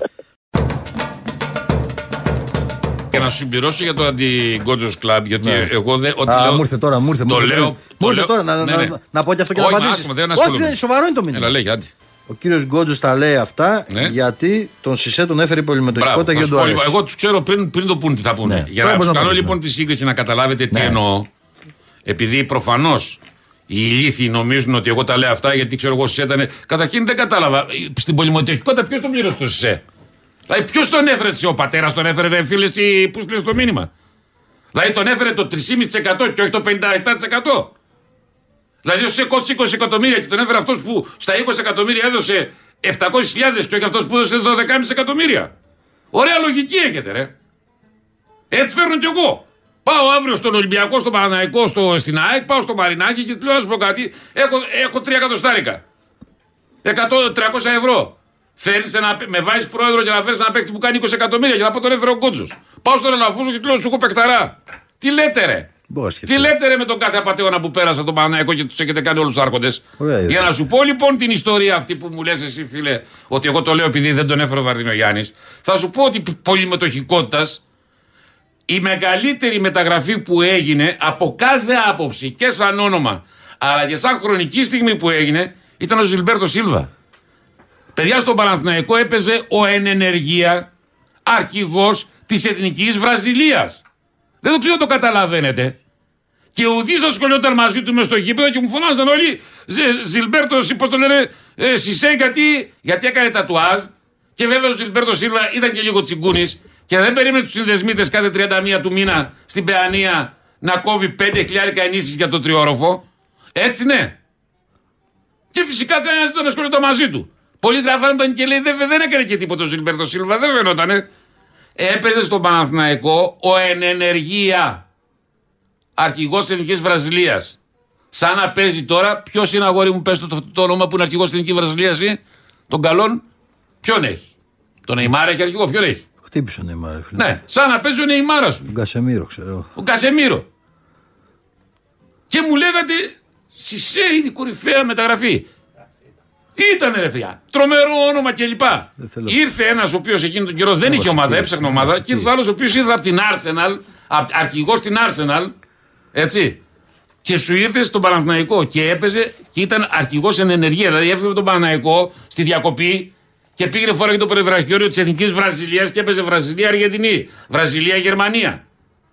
Speaker 2: Και να σου συμπληρώσω για το αντι-Gojo's Club, γιατί εγώ δεν. Ό,τι
Speaker 1: Ναι. Α,
Speaker 2: λέω,
Speaker 1: μου ήρθε τώρα, μου ήρθε.
Speaker 2: Το
Speaker 1: μου ήρθε
Speaker 2: λέω.
Speaker 1: τώρα.
Speaker 2: το
Speaker 1: Μου ήρθε
Speaker 2: λέω-
Speaker 1: τώρα να,
Speaker 2: ναι, ναι.
Speaker 1: να, να πω και αυτό και
Speaker 2: Όχι, μα
Speaker 1: να απαντήσει.
Speaker 2: άσχημα, δεν
Speaker 1: Όχι,
Speaker 2: ασχολούμαι.
Speaker 1: δεν, σοβαρό είναι το μήνυμα.
Speaker 2: Έλα, λέγε, άντε.
Speaker 1: Ο κύριος Γκότζος τα λέει αυτά
Speaker 2: Ναι.
Speaker 1: γιατί τον Σισέ τον έφερε η
Speaker 2: Μπράβο,
Speaker 1: πολυμετοχικότητα
Speaker 2: θα
Speaker 1: και
Speaker 2: σου
Speaker 1: δεν του
Speaker 2: πω
Speaker 1: άρεσε.
Speaker 2: λίγο. Εγώ τους ξέρω πριν, πριν το πούν τι θα πούνε.
Speaker 1: Ναι.
Speaker 2: Για
Speaker 1: Τώρα
Speaker 2: να
Speaker 1: πώς
Speaker 2: σου
Speaker 1: να
Speaker 2: κάνω
Speaker 1: το πούμε.
Speaker 2: λοιπόν τη σύγκριση να καταλάβετε τι
Speaker 1: Ναι.
Speaker 2: εννοώ. Επειδή προφανώς οι ηλίθιοι νομίζουν ότι εγώ τα λέω αυτά γιατί ξέρω εγώ Σισε ήταν. Καταρχήν δεν κατάλαβα. Στην πολυμετοχικότητα ποιος τον πλήρωσε το Σισε. Δηλαδή, ποιος τον έφερε έτσι, ο πατέρας τον έφερε, ρε, φίλες, εσύ που στείλε το μήνυμα. Δηλαδή, τον έφερε το 3,5% και όχι το 57%. Δηλαδή, όσο κόστησε 20 εκατομμύρια και τον έφερε αυτός που στα 20 εκατομμύρια έδωσε 700.000 και όχι αυτός που έδωσε 12,5 εκατομμύρια. Ωραία λογική έχετε, ρε. Έτσι φέρνω κι εγώ. Πάω αύριο στον Ολυμπιακό, στον Παναναϊκό, στο, στην ΑΕΚ, πάω στο Μαρινάκι και του λέω να σου πω κάτι. Έχω, έχω 3 εκατοστάρικα. 100, 300 ευρώ. Φέρνεις ένα, με βάζεις πρόεδρο για να φέρεις ένα παίκτη που κάνει 20 εκατομμύρια για να πω τον έφερε ο κότσος. Πάω στον Ελαφούσο και του λέω σου έχω παικταρά. Τι λέτε ρε.
Speaker 1: Μπορώ να σκεφτώ.
Speaker 2: Τι λέτε ρε με τον κάθε απαταιώνα που πέρασε τον Παναναϊκό και τους έχετε κάνει όλους του άρχοντες.
Speaker 1: Ωραία ιδέα.
Speaker 2: Για να σου πω λοιπόν την ιστορία αυτή που μου λες εσύ, φίλε, ότι εγώ το λέω επειδή δεν τον έφερε ο Βαρδινό Γιάννης. Θα σου πω ότι πολυμετοχικότητας η μεγαλύτερη μεταγραφή που έγινε από κάθε άποψη και σαν όνομα, αλλά και σαν χρονική στιγμή που έγινε, ήταν ο Ζιλμπέρτο Σίλβα. Παιδιά στον Παναθηναϊκό έπαιζε ο εν ενεργεία αρχηγός της Εθνικής Βραζιλίας. Δεν το ξέρω αν το καταλαβαίνετε. Και ουδής ασχολιόταν μαζί του μες στο γήπεδο και μου φωνάζαν όλοι «Ζε- Ζιλμπέρτο, πώς το λένε, ε, Σισε, γιατί, γιατί έκανε τατουάζ. Και βέβαια ο Ζιλμπέρτο Σίλβα ήταν και λίγο τσιγκούνης και δεν περίμενε τους συνδεσμίτες κάθε 31 του μήνα στην Παιανία να κόβει 5 χιλιάρικα ενίσχυση για το τριόροφο. Έτσι ναι. Και φυσικά κανένας δεν ασχολιόταν μαζί του. Πολλοί γράφανε και λέει δεν, δεν έκανε και τίποτα ο Ζιλμπέρτο Σίλβα, δεν φαινότανε. Έπαιζε στον Παναθηναϊκό ο εν ενεργεία αρχηγός Εθνικής Βραζιλίας. Σαν να παίζει τώρα, ποιος είναι αγόρι μου, πες το, το, το όνομα που είναι αρχηγός Εθνικής Βραζιλίας ή των καλών, ε? ποιον έχει. Τον Νεϊμάρ έχει αρχηγό, ποιον έχει.
Speaker 1: Χτύπησε ο Νεϊμάρ, ε, ρε φίλε.
Speaker 2: Ναι, σαν να παίζει ο Νεϊμάρα σου,
Speaker 1: Τον Κασεμίρο, ξέρω.
Speaker 2: ο Κασεμίρο. Και μου λέγατε, Σισε είναι η κορυφαία μεταγραφή. Ήτανε ρε φιλιά. Τρομερό όνομα κλπ.
Speaker 1: Δεν θέλω.
Speaker 2: Ήρθε ένας ο οποίος εκείνο τον καιρό δεν είχε
Speaker 1: βασική,
Speaker 2: ομάδα, έψαχνε ομάδα. Και
Speaker 1: βασική.
Speaker 2: ήρθε άλλος ο οποίος ήρθε από την Arsenal, αρχηγός στην Arsenal. Έτσι. Και σου ήρθε στον Παναθηναϊκό και έπαιζε και ήταν αρχηγός εν ενεργεία. Δηλαδή έφυγε από τον Παναθηναϊκό στη διακοπή και πήγε φορά και το περιβραχιόριο της Εθνικής Βραζιλίας και έπαιζε Βραζιλία-Αργεντινή, Βραζιλία-Γερμανία.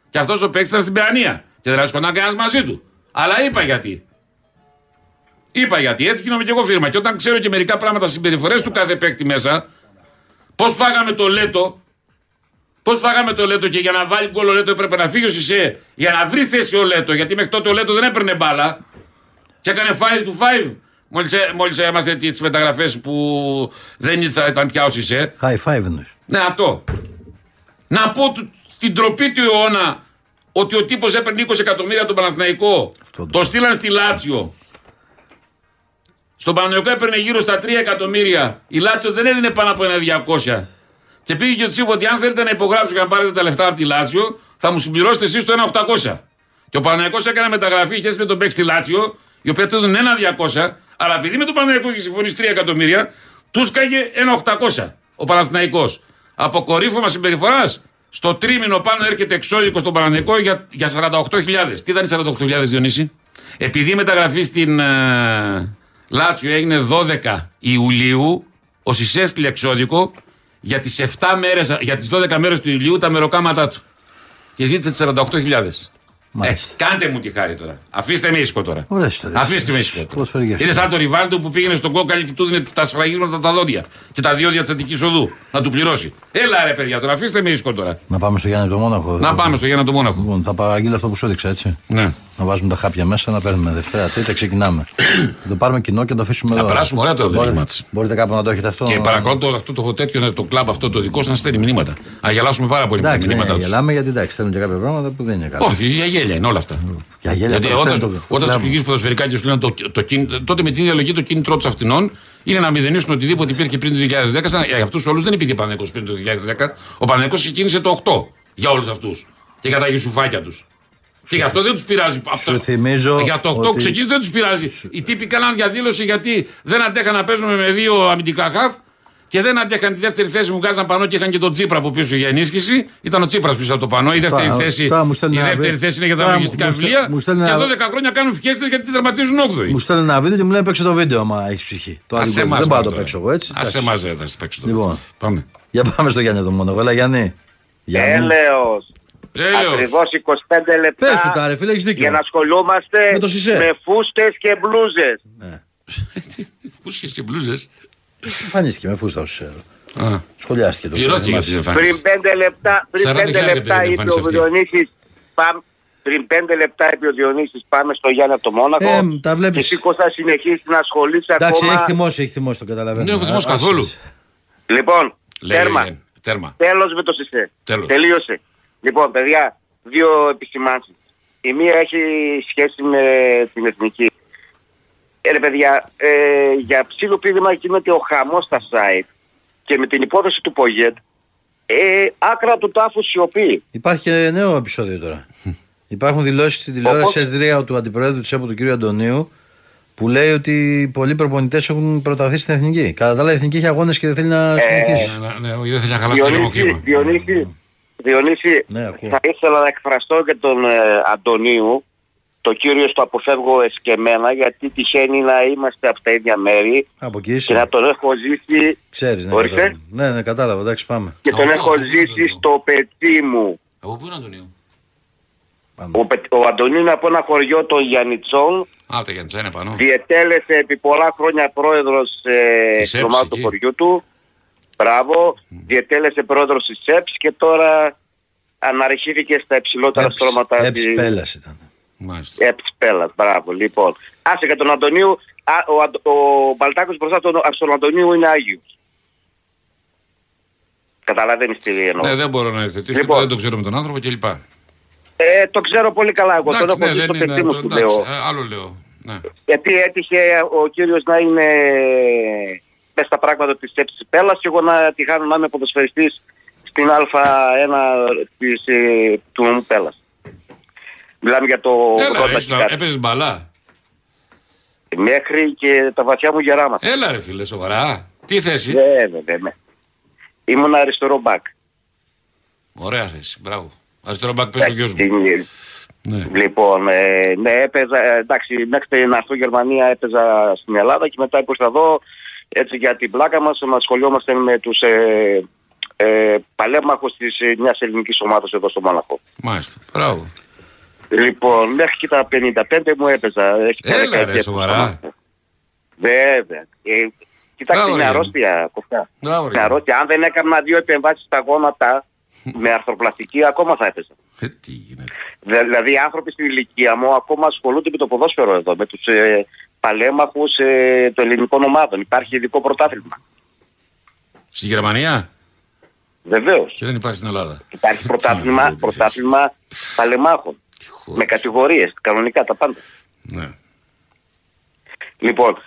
Speaker 2: Και αυτός ο παίκτης ήταν στην Παιανία. Και δεν ασχολόταν κανένας μαζί του. Αλλά είπα γιατί. Είπα γιατί. Έτσι γίνομαι και εγώ φίρμα. Και όταν ξέρω και μερικά πράγματα συμπεριφορές του κάθε παίκτη μέσα, πώς φάγαμε το λέτο. Πώς φάγαμε το λέτο και για να βάλει γκολ ο λέτο έπρεπε να φύγει ο Σισε για να βρει θέση ο λέτο. Γιατί μέχρι τότε ο λέτο δεν έπαιρνε μπάλα. Και έκανε 5 to 5. Μόλις μόλις έμαθε τις μεταγραφές που δεν ήρθα, ήταν πια ο Σισε.
Speaker 1: High five εννοείς.
Speaker 2: Ναι, αυτό. Να πω του- την τροπή του αιώνα ότι ο τύπος έπαιρνε 20 εκατομμύρια τον Παναθηναϊκό.
Speaker 1: Αυτό το-
Speaker 2: το στείλαν στη Λάτσιο. Στον Παναθηναϊκό έπαιρνε γύρω στα 3 εκατομμύρια. Η Λάτσιο δεν έδινε πάνω από ένα 200. Και πήγε και του είπε ότι αν θέλετε να υπογράψω και να πάρετε τα λεφτά από τη Λάτσιο, θα μου συμπληρώσετε εσείς το 1,800. Και ο Παναγιακό έκανε μεταγραφή και έστειλε τον παίκτη στη Λάτσιο, η οποία του έδινε 1,200, αλλά επειδή με τον Παναγιακό είχε συμφωνήσει 3 εκατομμύρια, του σκάγε 1,800 ο Παναθυναϊκό. Αποκορύφωμα συμπεριφοράς. Στο τρίμηνο πάνω έρχεται εξώδικο στον Παναγιακό για, για 48.000. Τι ήταν οι 48.000 Διονύση. Επειδή η μεταγραφή στην ε, Λάτσιο έγινε 12 Ιουλίου, ο Σισές στείλε εξώδικο για τις, 7 μέρες, για τις 12 μέρες του Ιουλίου τα μεροκάματά του. Και ζήτησε τις 48.000. Ε,
Speaker 1: Μάλιστα.
Speaker 2: κάντε μου τη χάρη τώρα. Αφήστε με ήσυχο τώρα.
Speaker 1: Ωραία ιστορία.
Speaker 2: Αφήστε με ήσυχο. τώρα.
Speaker 1: Ποδοσφαιρικές.
Speaker 2: Είναι σαν το Ριβάλντο που πήγαινε στον κόκαλι και του δίνε τα σφραγίσματα τα δόντια και τα δύο διατσατική οδού να του πληρώσει. Έλα ρε παιδιά τώρα, αφήστε με ήσυχο τώρα.
Speaker 1: Να πάμε στο Γιάννη το Μόναχο.
Speaker 2: Να πάμε στο Γιάννα του Μόναχο.
Speaker 1: Λοιπόν, θα παραγγείλω αυτό που σου έδειξα, έτσι.
Speaker 2: Ναι.
Speaker 1: Να βάζουμε τα χάπια μέσα, να παίρνουμε Δευτέρα, Τρίτα, ξεκινάμε. θα το πάρουμε κοινό και να το αφήσουμε
Speaker 2: Θα
Speaker 1: εδώ.
Speaker 2: περάσουμε ωραία το
Speaker 1: Μπορείτε-
Speaker 2: δείγμα της.
Speaker 1: Μπορείτε κάπου να το έχετε αυτό.
Speaker 2: Και παρακαλώ το, αυτό το τέτοιο, ναι, το κλαμπ αυτό το δικό σας να στέλνει μηνύματα. Α γελάσουμε πάρα πολύ με τα
Speaker 1: Εντάξει,
Speaker 2: μηνύματα
Speaker 1: ναι,
Speaker 2: τους.
Speaker 1: γελάμε γιατί εντάξει, θέλουν και κάποια πράγματα που δεν είναι καλά.
Speaker 2: Όχι, για γέλια είναι όλα αυτά.
Speaker 1: Για γέλια
Speaker 2: Γιατί
Speaker 1: τώρα
Speaker 2: όταν,
Speaker 1: στέλνουν
Speaker 2: το,
Speaker 1: το-
Speaker 2: όταν του
Speaker 1: κλαμπ.
Speaker 2: πηγεί ποδοσφαιρικά και σου λένε το, το, κίν- τότε με την ίδια λογική το κίνητρό τους αυτινών είναι να μηδενίσουν οτιδήποτε υπήρχε πριν το 2010. Σαν, για αυτούς όλους δεν υπήρχε Παναγικός πριν το 2010. Ο Παναγικός ξεκίνησε το 8 για όλους αυτούς. Και κατά γησουφάκια τους. Και γι' αυτό δεν τους πειράζει.
Speaker 1: σου
Speaker 2: Αυτό-
Speaker 1: θυμίζω
Speaker 2: για το 8
Speaker 1: ότι-
Speaker 2: ξεκίνησε δεν τους πειράζει. Οι τύποι κάναν διαδήλωση γιατί δεν αντέχαν να παίζουμε με δύο αμυντικά χαφ και δεν αντέχαν τη δεύτερη θέση που βγάζαν πανό και είχαν και τον Τσίπρα από πίσω για ενίσχυση. Ήταν ο Τσίπρας πίσω από το πανό. Η δεύτερη,
Speaker 1: Τώρα-
Speaker 2: θέση,
Speaker 1: τώρα μου στέλνει
Speaker 2: η
Speaker 1: ένα
Speaker 2: δεύτερη
Speaker 1: βι-
Speaker 2: θέση είναι για τα
Speaker 1: τώρα μου-
Speaker 2: λογιστικά
Speaker 1: μου στέλ-
Speaker 2: βιβλία.
Speaker 1: μου στέλνει
Speaker 2: Και
Speaker 1: ένα-
Speaker 2: 12 χρόνια κάνουν φιέστε γιατί τερματίζουν 8η.
Speaker 1: Μου στέλνει ένα βίντεο και μου λέει παίξε το βίντεο, άμα έχεις ψυχή. Το
Speaker 2: Ας
Speaker 1: άδικο.
Speaker 2: εμάς
Speaker 1: Δεν πάω να
Speaker 2: τώρα.
Speaker 1: το παίξω εγώ έτσι.
Speaker 2: Ας
Speaker 1: εντάξει.
Speaker 2: εμάς δεν θα σε παίξω τώρα.
Speaker 1: Λοιπόν.
Speaker 2: Πάμε.
Speaker 1: Για πάμε στο Γιάννη το Μόναχο. Έλα, Γιάννη. Γιάννη.
Speaker 3: Έλεος.
Speaker 2: Έλεος.
Speaker 3: Ακριβώς 25 λεπτά.
Speaker 1: Πες του τα, ρε, φίλε, έχεις δίκιο.
Speaker 3: Για να ασχολούμαστε
Speaker 1: Με το Σισε.
Speaker 3: φούστες και μπλούζες.
Speaker 2: Κούσιες και μπλούζες.
Speaker 1: Εμφανίστηκε με φούστα όσο εδώ.
Speaker 2: Α.
Speaker 1: Σχολιάστηκε το.
Speaker 2: Πληρώθηκε για
Speaker 1: Μάλιστα.
Speaker 2: την εμφάνιση.
Speaker 3: Πριν πέντε λεπτά, πριν
Speaker 2: 40
Speaker 3: πέντε
Speaker 2: χιλιάρικα
Speaker 3: λεπτά
Speaker 2: είναι η
Speaker 3: είπε
Speaker 2: εμφάνιση
Speaker 3: ο
Speaker 2: αυτή.
Speaker 3: Διονύσης, παμ, πριν πέντε λεπτά είπε ο Διονύσης, πάμε στο Γιάννη από το Μόνακο.
Speaker 1: Ε, μ, τα βλέπεις.
Speaker 3: Εσύ Κώστα συνεχίσει να ασχολείσαι
Speaker 1: Εντάξει,
Speaker 3: ακόμα.
Speaker 1: έχει θυμώσει, έχει θυμώσει, το καταλαβαίνω.
Speaker 2: Ναι, έχω θυμώσει
Speaker 1: Α, άσε.
Speaker 2: καθόλου.
Speaker 3: Λοιπόν,
Speaker 2: Λέει,
Speaker 3: τέρμα.
Speaker 2: ε, τέρμα.
Speaker 3: Τέλος με το ΣΥΣΕ.
Speaker 2: Τέλος.
Speaker 3: Τελείωσε. Λοιπόν, παιδιά, δύο επισημάνσεις. Η μία έχει σχέση με την εθνική. Ε, ρε παιδιά, ε, για ψήλο πείδημα γίνεται ο χαμός στα site και με την υπόθεση του Πογέτ, ε, άκρα του τάφου σιωπή.
Speaker 1: Υπάρχει και νέο επεισόδιο τώρα. Υπάρχουν δηλώσεις στην τηλεόραση Ερτρία του αντιπροέδρου της ΕΠΟ του κ. Αντωνίου που λέει ότι πολλοί προπονητές έχουν προταθεί στην εθνική. Κατά τα άλλα, η εθνική έχει αγώνες και δεν θέλει να
Speaker 3: Ε,
Speaker 1: συνεχίσει.
Speaker 2: Ναι, ναι, ναι, όχι, δεν θέλει να χαλάσει το λίγο
Speaker 3: Διονύση,
Speaker 2: κλίμα.
Speaker 3: Διονύση, Διονύση
Speaker 1: Ναι, ακούω.
Speaker 3: θα ήθελα να εκφραστώ για τον ε, Αντωνίου, το κύριο στο αποφεύγω εσκεμένα, γιατί τυχαίνει να είμαστε από τα ίδια
Speaker 2: Ναι.
Speaker 3: μέρη
Speaker 1: Από εκεί
Speaker 3: και να
Speaker 1: είσαι.
Speaker 3: τον έχω ζήσει
Speaker 1: Ξέρεις, ναι,
Speaker 3: Ορίστε.
Speaker 1: κατάλαβα. ναι, ναι, κατάλαβα. Εντάξει, πάμε.
Speaker 3: και τον
Speaker 2: Α,
Speaker 3: έχω
Speaker 2: ναι, ναι, ναι, ναι.
Speaker 3: ζήσει στο πετσί μου.
Speaker 2: Από πού είναι Αντωνίου.
Speaker 1: πάμε.
Speaker 3: Ο, Πε- ο Αντωνίου είναι από ένα χωριό των Γιανιτσών,
Speaker 2: Α, τα Γιάννητσά είναι πάνω.
Speaker 3: διετέλεσε επί πολλά χρόνια πρόεδρος ε,
Speaker 2: Της
Speaker 3: του
Speaker 2: ΕΠΣ
Speaker 3: ομάδου
Speaker 2: εκεί. Ναι.
Speaker 3: του χωριού του. Μπράβο, διετέλεσε πρόεδρος της ΕΠΣ και τώρα αναρχήθηκε στα υψηλότερα
Speaker 1: Έψ-
Speaker 3: στρώματα
Speaker 1: έψ
Speaker 3: της- Ε,
Speaker 1: πέλας ήταν.
Speaker 2: Μάλιστα.
Speaker 3: Έψη Πέλλας, μπράβο. Λοιπόν, άσε και τον Αντωνίου, α, ο, Αντ- ο Μπαλτάκος μπροστά τον, στον Αντωνίου είναι Άγιος. Καταλαβαίνεις τι εννοώ.
Speaker 2: Ναι, δεν μπορώ να ευθετήσω,
Speaker 3: Λοιπόν.
Speaker 2: δεν το ξέρω με τον άνθρωπο κλπ.
Speaker 3: Ε, το ξέρω πολύ καλά εγώ, τον
Speaker 2: Εντάξει, ναι,
Speaker 3: έχω δει στο
Speaker 2: δεν είναι.
Speaker 3: παιδί μου
Speaker 2: το-
Speaker 3: του
Speaker 2: εντάξει,
Speaker 3: λέω.
Speaker 2: ε, Άλλο λέω. Ναι.
Speaker 3: Γιατί έτυχε ο κύριος να είναι ε, μες στα πράγματα της Έψης Πέλλας και εγώ να τη χάνω να είμαι ποδοσφαιριστής στην Α1 της, ε, του Νομού Πέλλας. Μιλάμε για το...
Speaker 2: Έλα,
Speaker 3: 80
Speaker 2: ρε,
Speaker 3: και
Speaker 2: ήσουν- ε,
Speaker 3: κάτι.
Speaker 2: έπαιζες μπαλά.
Speaker 3: Μέχρι και τα βαθιά μου γεράματα.
Speaker 2: Έλα, ρε φίλε, σοβαρά. Τι θέση.
Speaker 3: Ε, βέβαια. ναι. Ήμουν αριστερό μπακ.
Speaker 2: Ωραία θέση. Μπράβο. Αριστερό μπακ παίζει ο γιος μου.
Speaker 3: Ε,
Speaker 2: Ναι.
Speaker 3: Λοιπόν, ε, ναι, έπαιζα, ε, εντάξει, μέχρι να έρθω Γερμανία έπαιζα στην Ελλάδα και μετά ήρθα εδώ, έτσι για την πλάκα μας, να ασχολιόμαστε με τους ε, ε, παλέμαχους της ε, μιας ελληνικής ομάδας εδώ στο Μόναχο.
Speaker 2: Μάλιστα. Μπράβο.
Speaker 3: Λοιπόν, μέχρι και τα 55 μου έπαιζα. Έχει μια
Speaker 2: Έλα,
Speaker 3: δεκαετία
Speaker 2: ρε,
Speaker 3: που
Speaker 2: σοβαρά.
Speaker 3: θυμάμαι. Βέβαια. Ε, κοιτάξτε,
Speaker 2: Μπράβο,
Speaker 3: είναι
Speaker 2: ρε,
Speaker 3: αρρώστια, Κωστά.
Speaker 2: Μπράβο,
Speaker 3: Είναι
Speaker 2: ρε.
Speaker 3: αρρώστια. Αν δεν έκανα δύο επεμβάσεις στα γόνατα με αρθροπλαστική, ακόμα θα έπαιζα.
Speaker 2: Ε, Τι γίνεται.
Speaker 3: Δε- Δηλαδή, οι άνθρωποι στην ηλικία μου ακόμα ασχολούνται με το ποδόσφαιρο εδώ, με τους ε, παλέμαχου ε, των ελληνικών ομάδων. Υπάρχει ειδικό πρωτάθλημα.
Speaker 2: Στη Γερμανία
Speaker 3: Βεβαίως.
Speaker 2: και δεν υπάρχει στην Ελλάδα.
Speaker 3: Υπάρχει
Speaker 2: Τι
Speaker 3: πρωτάθλημα,
Speaker 2: λέτε,
Speaker 3: πρωτάθλημα παλεμάχων.
Speaker 2: Τι χώρα.
Speaker 3: Με κατηγορίες, κανονικά τα πάντα.
Speaker 2: Ναι.
Speaker 3: Λοιπόν,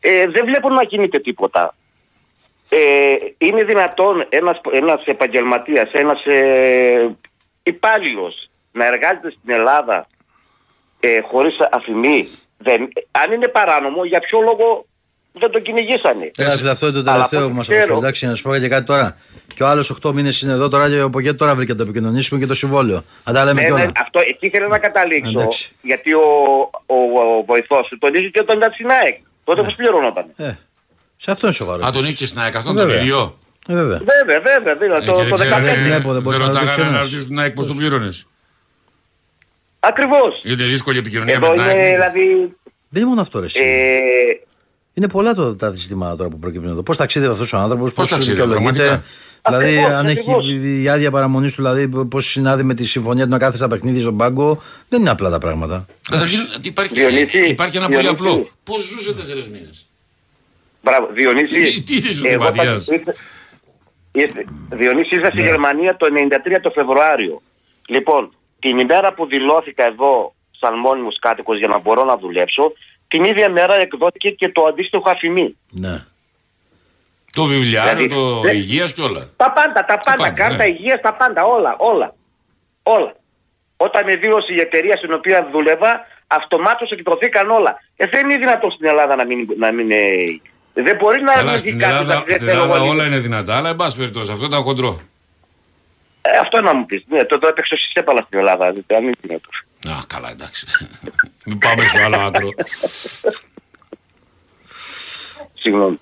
Speaker 3: ε, δεν βλέπω να κινείται τίποτα. Ε, είναι δυνατόν ένας, ένας επαγγελματίας, ένας ε, υπάλληλος να εργάζεται στην Ελλάδα ε, χωρίς αφημί. Δεν, αν είναι παράνομο, για ποιο λόγο δεν τον
Speaker 2: Ε,
Speaker 3: κυνηγήσανε.
Speaker 1: Ένα φίλε, αυτό είναι το τελευταίο
Speaker 3: Αλλά
Speaker 1: που μας
Speaker 3: από ό,τι
Speaker 1: απασχολεί.
Speaker 3: ξέρω-
Speaker 1: Εντάξει, να σου πω και κάτι τώρα. Και ο άλλος 8 μήνες είναι εδώ τώρα και ο Πογέτ τώρα βρήκε να το επικοινωνήσουμε και το συμβόλαιο. Αν τα λέμε
Speaker 3: Ναι, ναι,
Speaker 1: κιόλα.
Speaker 3: αυτό εκεί ήθελα να καταλήξω.
Speaker 1: Εντάξει.
Speaker 3: Γιατί ο, ο, ο βοηθός του τον είχε και όταν ήταν στην ΑΕΚ. Τότε
Speaker 2: Ναι.
Speaker 3: πώς πληρωνόταν.
Speaker 1: Ε, σε αυτό είναι σοβαρός.
Speaker 2: Α, τον είχε και στην ΑΕΚ, αυτόν τον
Speaker 1: Βέβαια.
Speaker 2: ίδιο.
Speaker 1: Ε, βέβαια.
Speaker 3: Βέβαια, βέβαια.
Speaker 2: Ε,
Speaker 3: Δηλαδή,
Speaker 2: και
Speaker 3: το,
Speaker 2: Δεν
Speaker 3: το
Speaker 2: ξέρω,
Speaker 3: 2015.
Speaker 1: δεν
Speaker 2: δεν-
Speaker 1: βλέπω, δεν
Speaker 2: δεν
Speaker 1: μπορούσα να
Speaker 2: ρωτάγανε
Speaker 1: ρωτήσω
Speaker 2: να
Speaker 1: ένας.
Speaker 2: ρωτήσουν την ΑΕΚ πώ τον πλήρωνε.
Speaker 3: Ακριβώ.
Speaker 2: Είναι δύσκολη επικοινωνία με
Speaker 3: Εδώ
Speaker 2: την
Speaker 3: είναι
Speaker 2: ΑΕΚ.
Speaker 3: δηλαδή.
Speaker 1: Δεν είναι μόνο αυτό, ρε. εσύ.
Speaker 3: Ε,
Speaker 1: Είναι πολλά το, τα ζητήματα τώρα που προκύπτουν εδώ. Πώς ταξίδευε αυτός ο άνθρωπος, πώς
Speaker 2: ταξίδευε,
Speaker 1: δικαιολογείται.
Speaker 2: πραγματικά.
Speaker 1: Δηλαδή,
Speaker 3: Ακριβώς,
Speaker 1: αν έχει
Speaker 3: ακριβώς.
Speaker 1: η- η άδεια παραμονής του, δηλαδή, πώς συνάδει με τη συμφωνία του να κάθεσαι στα παιχνίδια στον πάγκο, δεν είναι απλά τα πράγματα.
Speaker 2: Καταρχήν υπάρχει,
Speaker 3: Διονύση,
Speaker 2: υπάρχει ένα πολύ
Speaker 3: Διονύση.
Speaker 2: απλό. Πώς ζούσε τέσσερις μήνες.
Speaker 3: Μπράβο,
Speaker 2: Τι-
Speaker 3: Διονύση.
Speaker 2: τι είναι σου,
Speaker 3: εγώ πάντως
Speaker 2: Μαθίας?
Speaker 3: ήρθε- ήρθε- Διονύση
Speaker 2: Ναι.
Speaker 3: ήρθα στη Γερμανία το 93 το Φεβρουάριο. Λοιπόν, την ημέρα που δηλώθηκα εδώ σαν μόνιμος κάτοικος για να μπορώ να δουλέψω, την ίδια μέρα εκδόθηκε και το αντίστοιχο αφημί.
Speaker 1: Ναι.
Speaker 2: Το βιβλιάριο,
Speaker 3: Δηλαδή,
Speaker 2: το
Speaker 3: δεν-
Speaker 2: υγείας και όλα.
Speaker 3: Τα πάντα, τα πάντα,
Speaker 2: πάντα,
Speaker 3: κάρτα
Speaker 2: ναι.
Speaker 3: υγείας, τα πάντα, όλα, όλα. Όλα. Όταν με δήλωσε η εταιρεία στην οποία δούλευα, αυτομάτως εκδοθήκαν όλα. Ε, δεν είναι δυνατόν στην Ελλάδα να μην... Να μην ε, δεν μπορεί να
Speaker 2: Καλά,
Speaker 3: μην
Speaker 2: στην
Speaker 3: κάποιος να
Speaker 2: Ελλάδα,
Speaker 3: πει,
Speaker 2: στην
Speaker 3: «Δεν θέλω
Speaker 2: Ελλάδα
Speaker 3: εγώ
Speaker 2: όλα είναι δυνατά, αλλά εν πάση περιπτώσει αυτό ήταν χοντρό.
Speaker 3: Ε, αυτό να μου πεις. Ναι, το, το έπαιξε ο Σισέπαλα στην Ελλάδα. Δηλαδή, αν είναι δυνατός.
Speaker 2: Α, καλά, εντάξει. Μην πάμε στο άλλο άκρο.
Speaker 3: Συγγνώμη.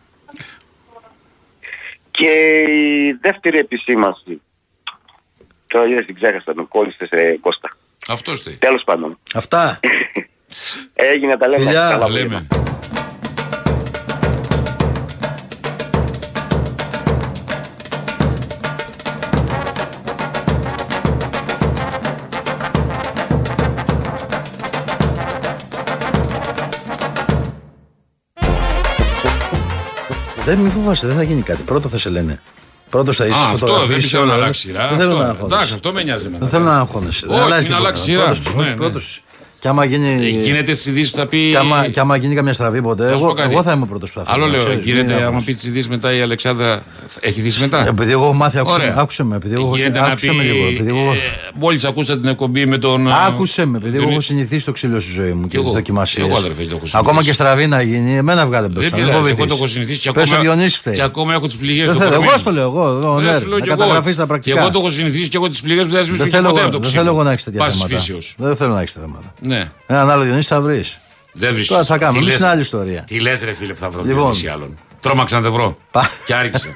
Speaker 3: Και η δεύτερη επισήμανση. Τώρα είδες την ξέχασα, με κόλλησε σε Κώστα.
Speaker 2: Αυτός τι.
Speaker 3: Τέλος πάντων.
Speaker 1: Αυτά.
Speaker 3: Έγινε τα λέμε.
Speaker 1: Φιλιά.
Speaker 3: Καλά
Speaker 2: Τα
Speaker 3: απόγευμα.
Speaker 2: λέμε.
Speaker 1: Δεν μη φοβάσαι, δεν θα γίνει κάτι. Πρώτο θα σε λένε. Πρώτος θα είσαι
Speaker 2: Α, αυτό δεν
Speaker 1: φωτογραφίες,
Speaker 2: θέλω να
Speaker 1: όλα.
Speaker 2: αλλάξει σειρά.
Speaker 1: Δεν θέλω
Speaker 2: Αυτό,
Speaker 1: να
Speaker 2: Εντάξει,
Speaker 1: αγχώνεσαι.
Speaker 2: αυτό με νοιάζει εμένα.
Speaker 1: Δεν θέλω να αγχώνεσαι.
Speaker 2: Όχι,
Speaker 1: αλλάζει
Speaker 2: να
Speaker 1: τίποτα.
Speaker 2: αλλάξει σειρά.
Speaker 1: Πρώτος,
Speaker 2: Ναι, ναι.
Speaker 1: πρώτος. Και άμα
Speaker 2: Ε,
Speaker 1: γίνει.
Speaker 2: Γίνεται στις ειδήσεις που θα πει.
Speaker 1: Και άμα, και άμα γίνει καμιά στραβή ποτέ,
Speaker 2: Να σου πω
Speaker 1: εγώ,
Speaker 2: κάτι.
Speaker 1: εγώ θα είμαι πρώτος που θα
Speaker 2: Άλλο
Speaker 1: φύγω,
Speaker 2: λέω,
Speaker 1: ξέρεις, μην
Speaker 2: γίνεται άμα
Speaker 1: αγχώνεσαι.
Speaker 2: πεις τις ειδήσεις μετά η Αλεξάνδρα. θα- Έχει ειδήσει μετά.
Speaker 1: Ε, Επειδή εγώ έχω μάθει, άκουσε,
Speaker 2: Ωραία.
Speaker 1: με, άκουσε με. Επειδή εγώ, έχω-
Speaker 2: Γίνεται να
Speaker 1: άκουσε με
Speaker 2: πει,
Speaker 1: λίγο. Επειδή εγώ,
Speaker 2: ε, μόλις ακούσατε την εκπομπή με τον. ε,
Speaker 1: άκουσε με, επειδή εγώ
Speaker 2: Διονύ-
Speaker 1: έχω συνηθίσει το ξύλο στη ζωή μου και,
Speaker 2: εγώ.
Speaker 1: τι δοκιμασίε.
Speaker 2: Και εγώ, αδερφέ, το έχω συνηθίσει.
Speaker 1: Ακόμα και στραβή να γίνει, εμένα βγάλε
Speaker 2: Δεν
Speaker 1: μπροστά.
Speaker 2: πειράζει, εγώ
Speaker 1: φοβηθείς.
Speaker 2: το έχω συνηθίσει και
Speaker 1: Πες ο
Speaker 2: ακόμα,
Speaker 1: Διονύσης φταίει.
Speaker 2: και ακόμα έχω τις πληγές
Speaker 1: Δεν
Speaker 2: του.
Speaker 1: θέλω, εγώ
Speaker 2: κορμί.
Speaker 1: στο λέω εγώ. Εδώ,
Speaker 2: Ναι,
Speaker 1: ναι,
Speaker 2: σου λέω
Speaker 1: να
Speaker 2: κι εγώ.
Speaker 1: καταγραφείς τα πρακτικά.
Speaker 2: Και εγώ το έχω συνηθίσει και έχω τις πληγές που δεν θα σβήσω
Speaker 1: δεν
Speaker 2: και
Speaker 1: θέλω,
Speaker 2: ποτέ
Speaker 1: εγώ,
Speaker 2: από το
Speaker 1: δεν
Speaker 2: ξύλο.
Speaker 1: θέλω εγώ να έχεις τέτοια
Speaker 2: Πάσης
Speaker 1: θέματα.
Speaker 2: φύσεως.
Speaker 1: Δεν θέλω να έχεις τέτοια θέματα.
Speaker 2: Ναι,
Speaker 1: Έναν άλλο Διονύση θα βρεις.
Speaker 2: δεν βρίσκεις.
Speaker 1: Τώρα θα κάνουμε, εμείς είναι άλλη ιστορία.
Speaker 2: Τι λες, ρε φίλε, που θα βρω
Speaker 1: Λοιπόν.
Speaker 2: λοιπόν. άλλων. Τρώμαξα να δεν βρω.
Speaker 1: Πα-
Speaker 2: και άρχισε.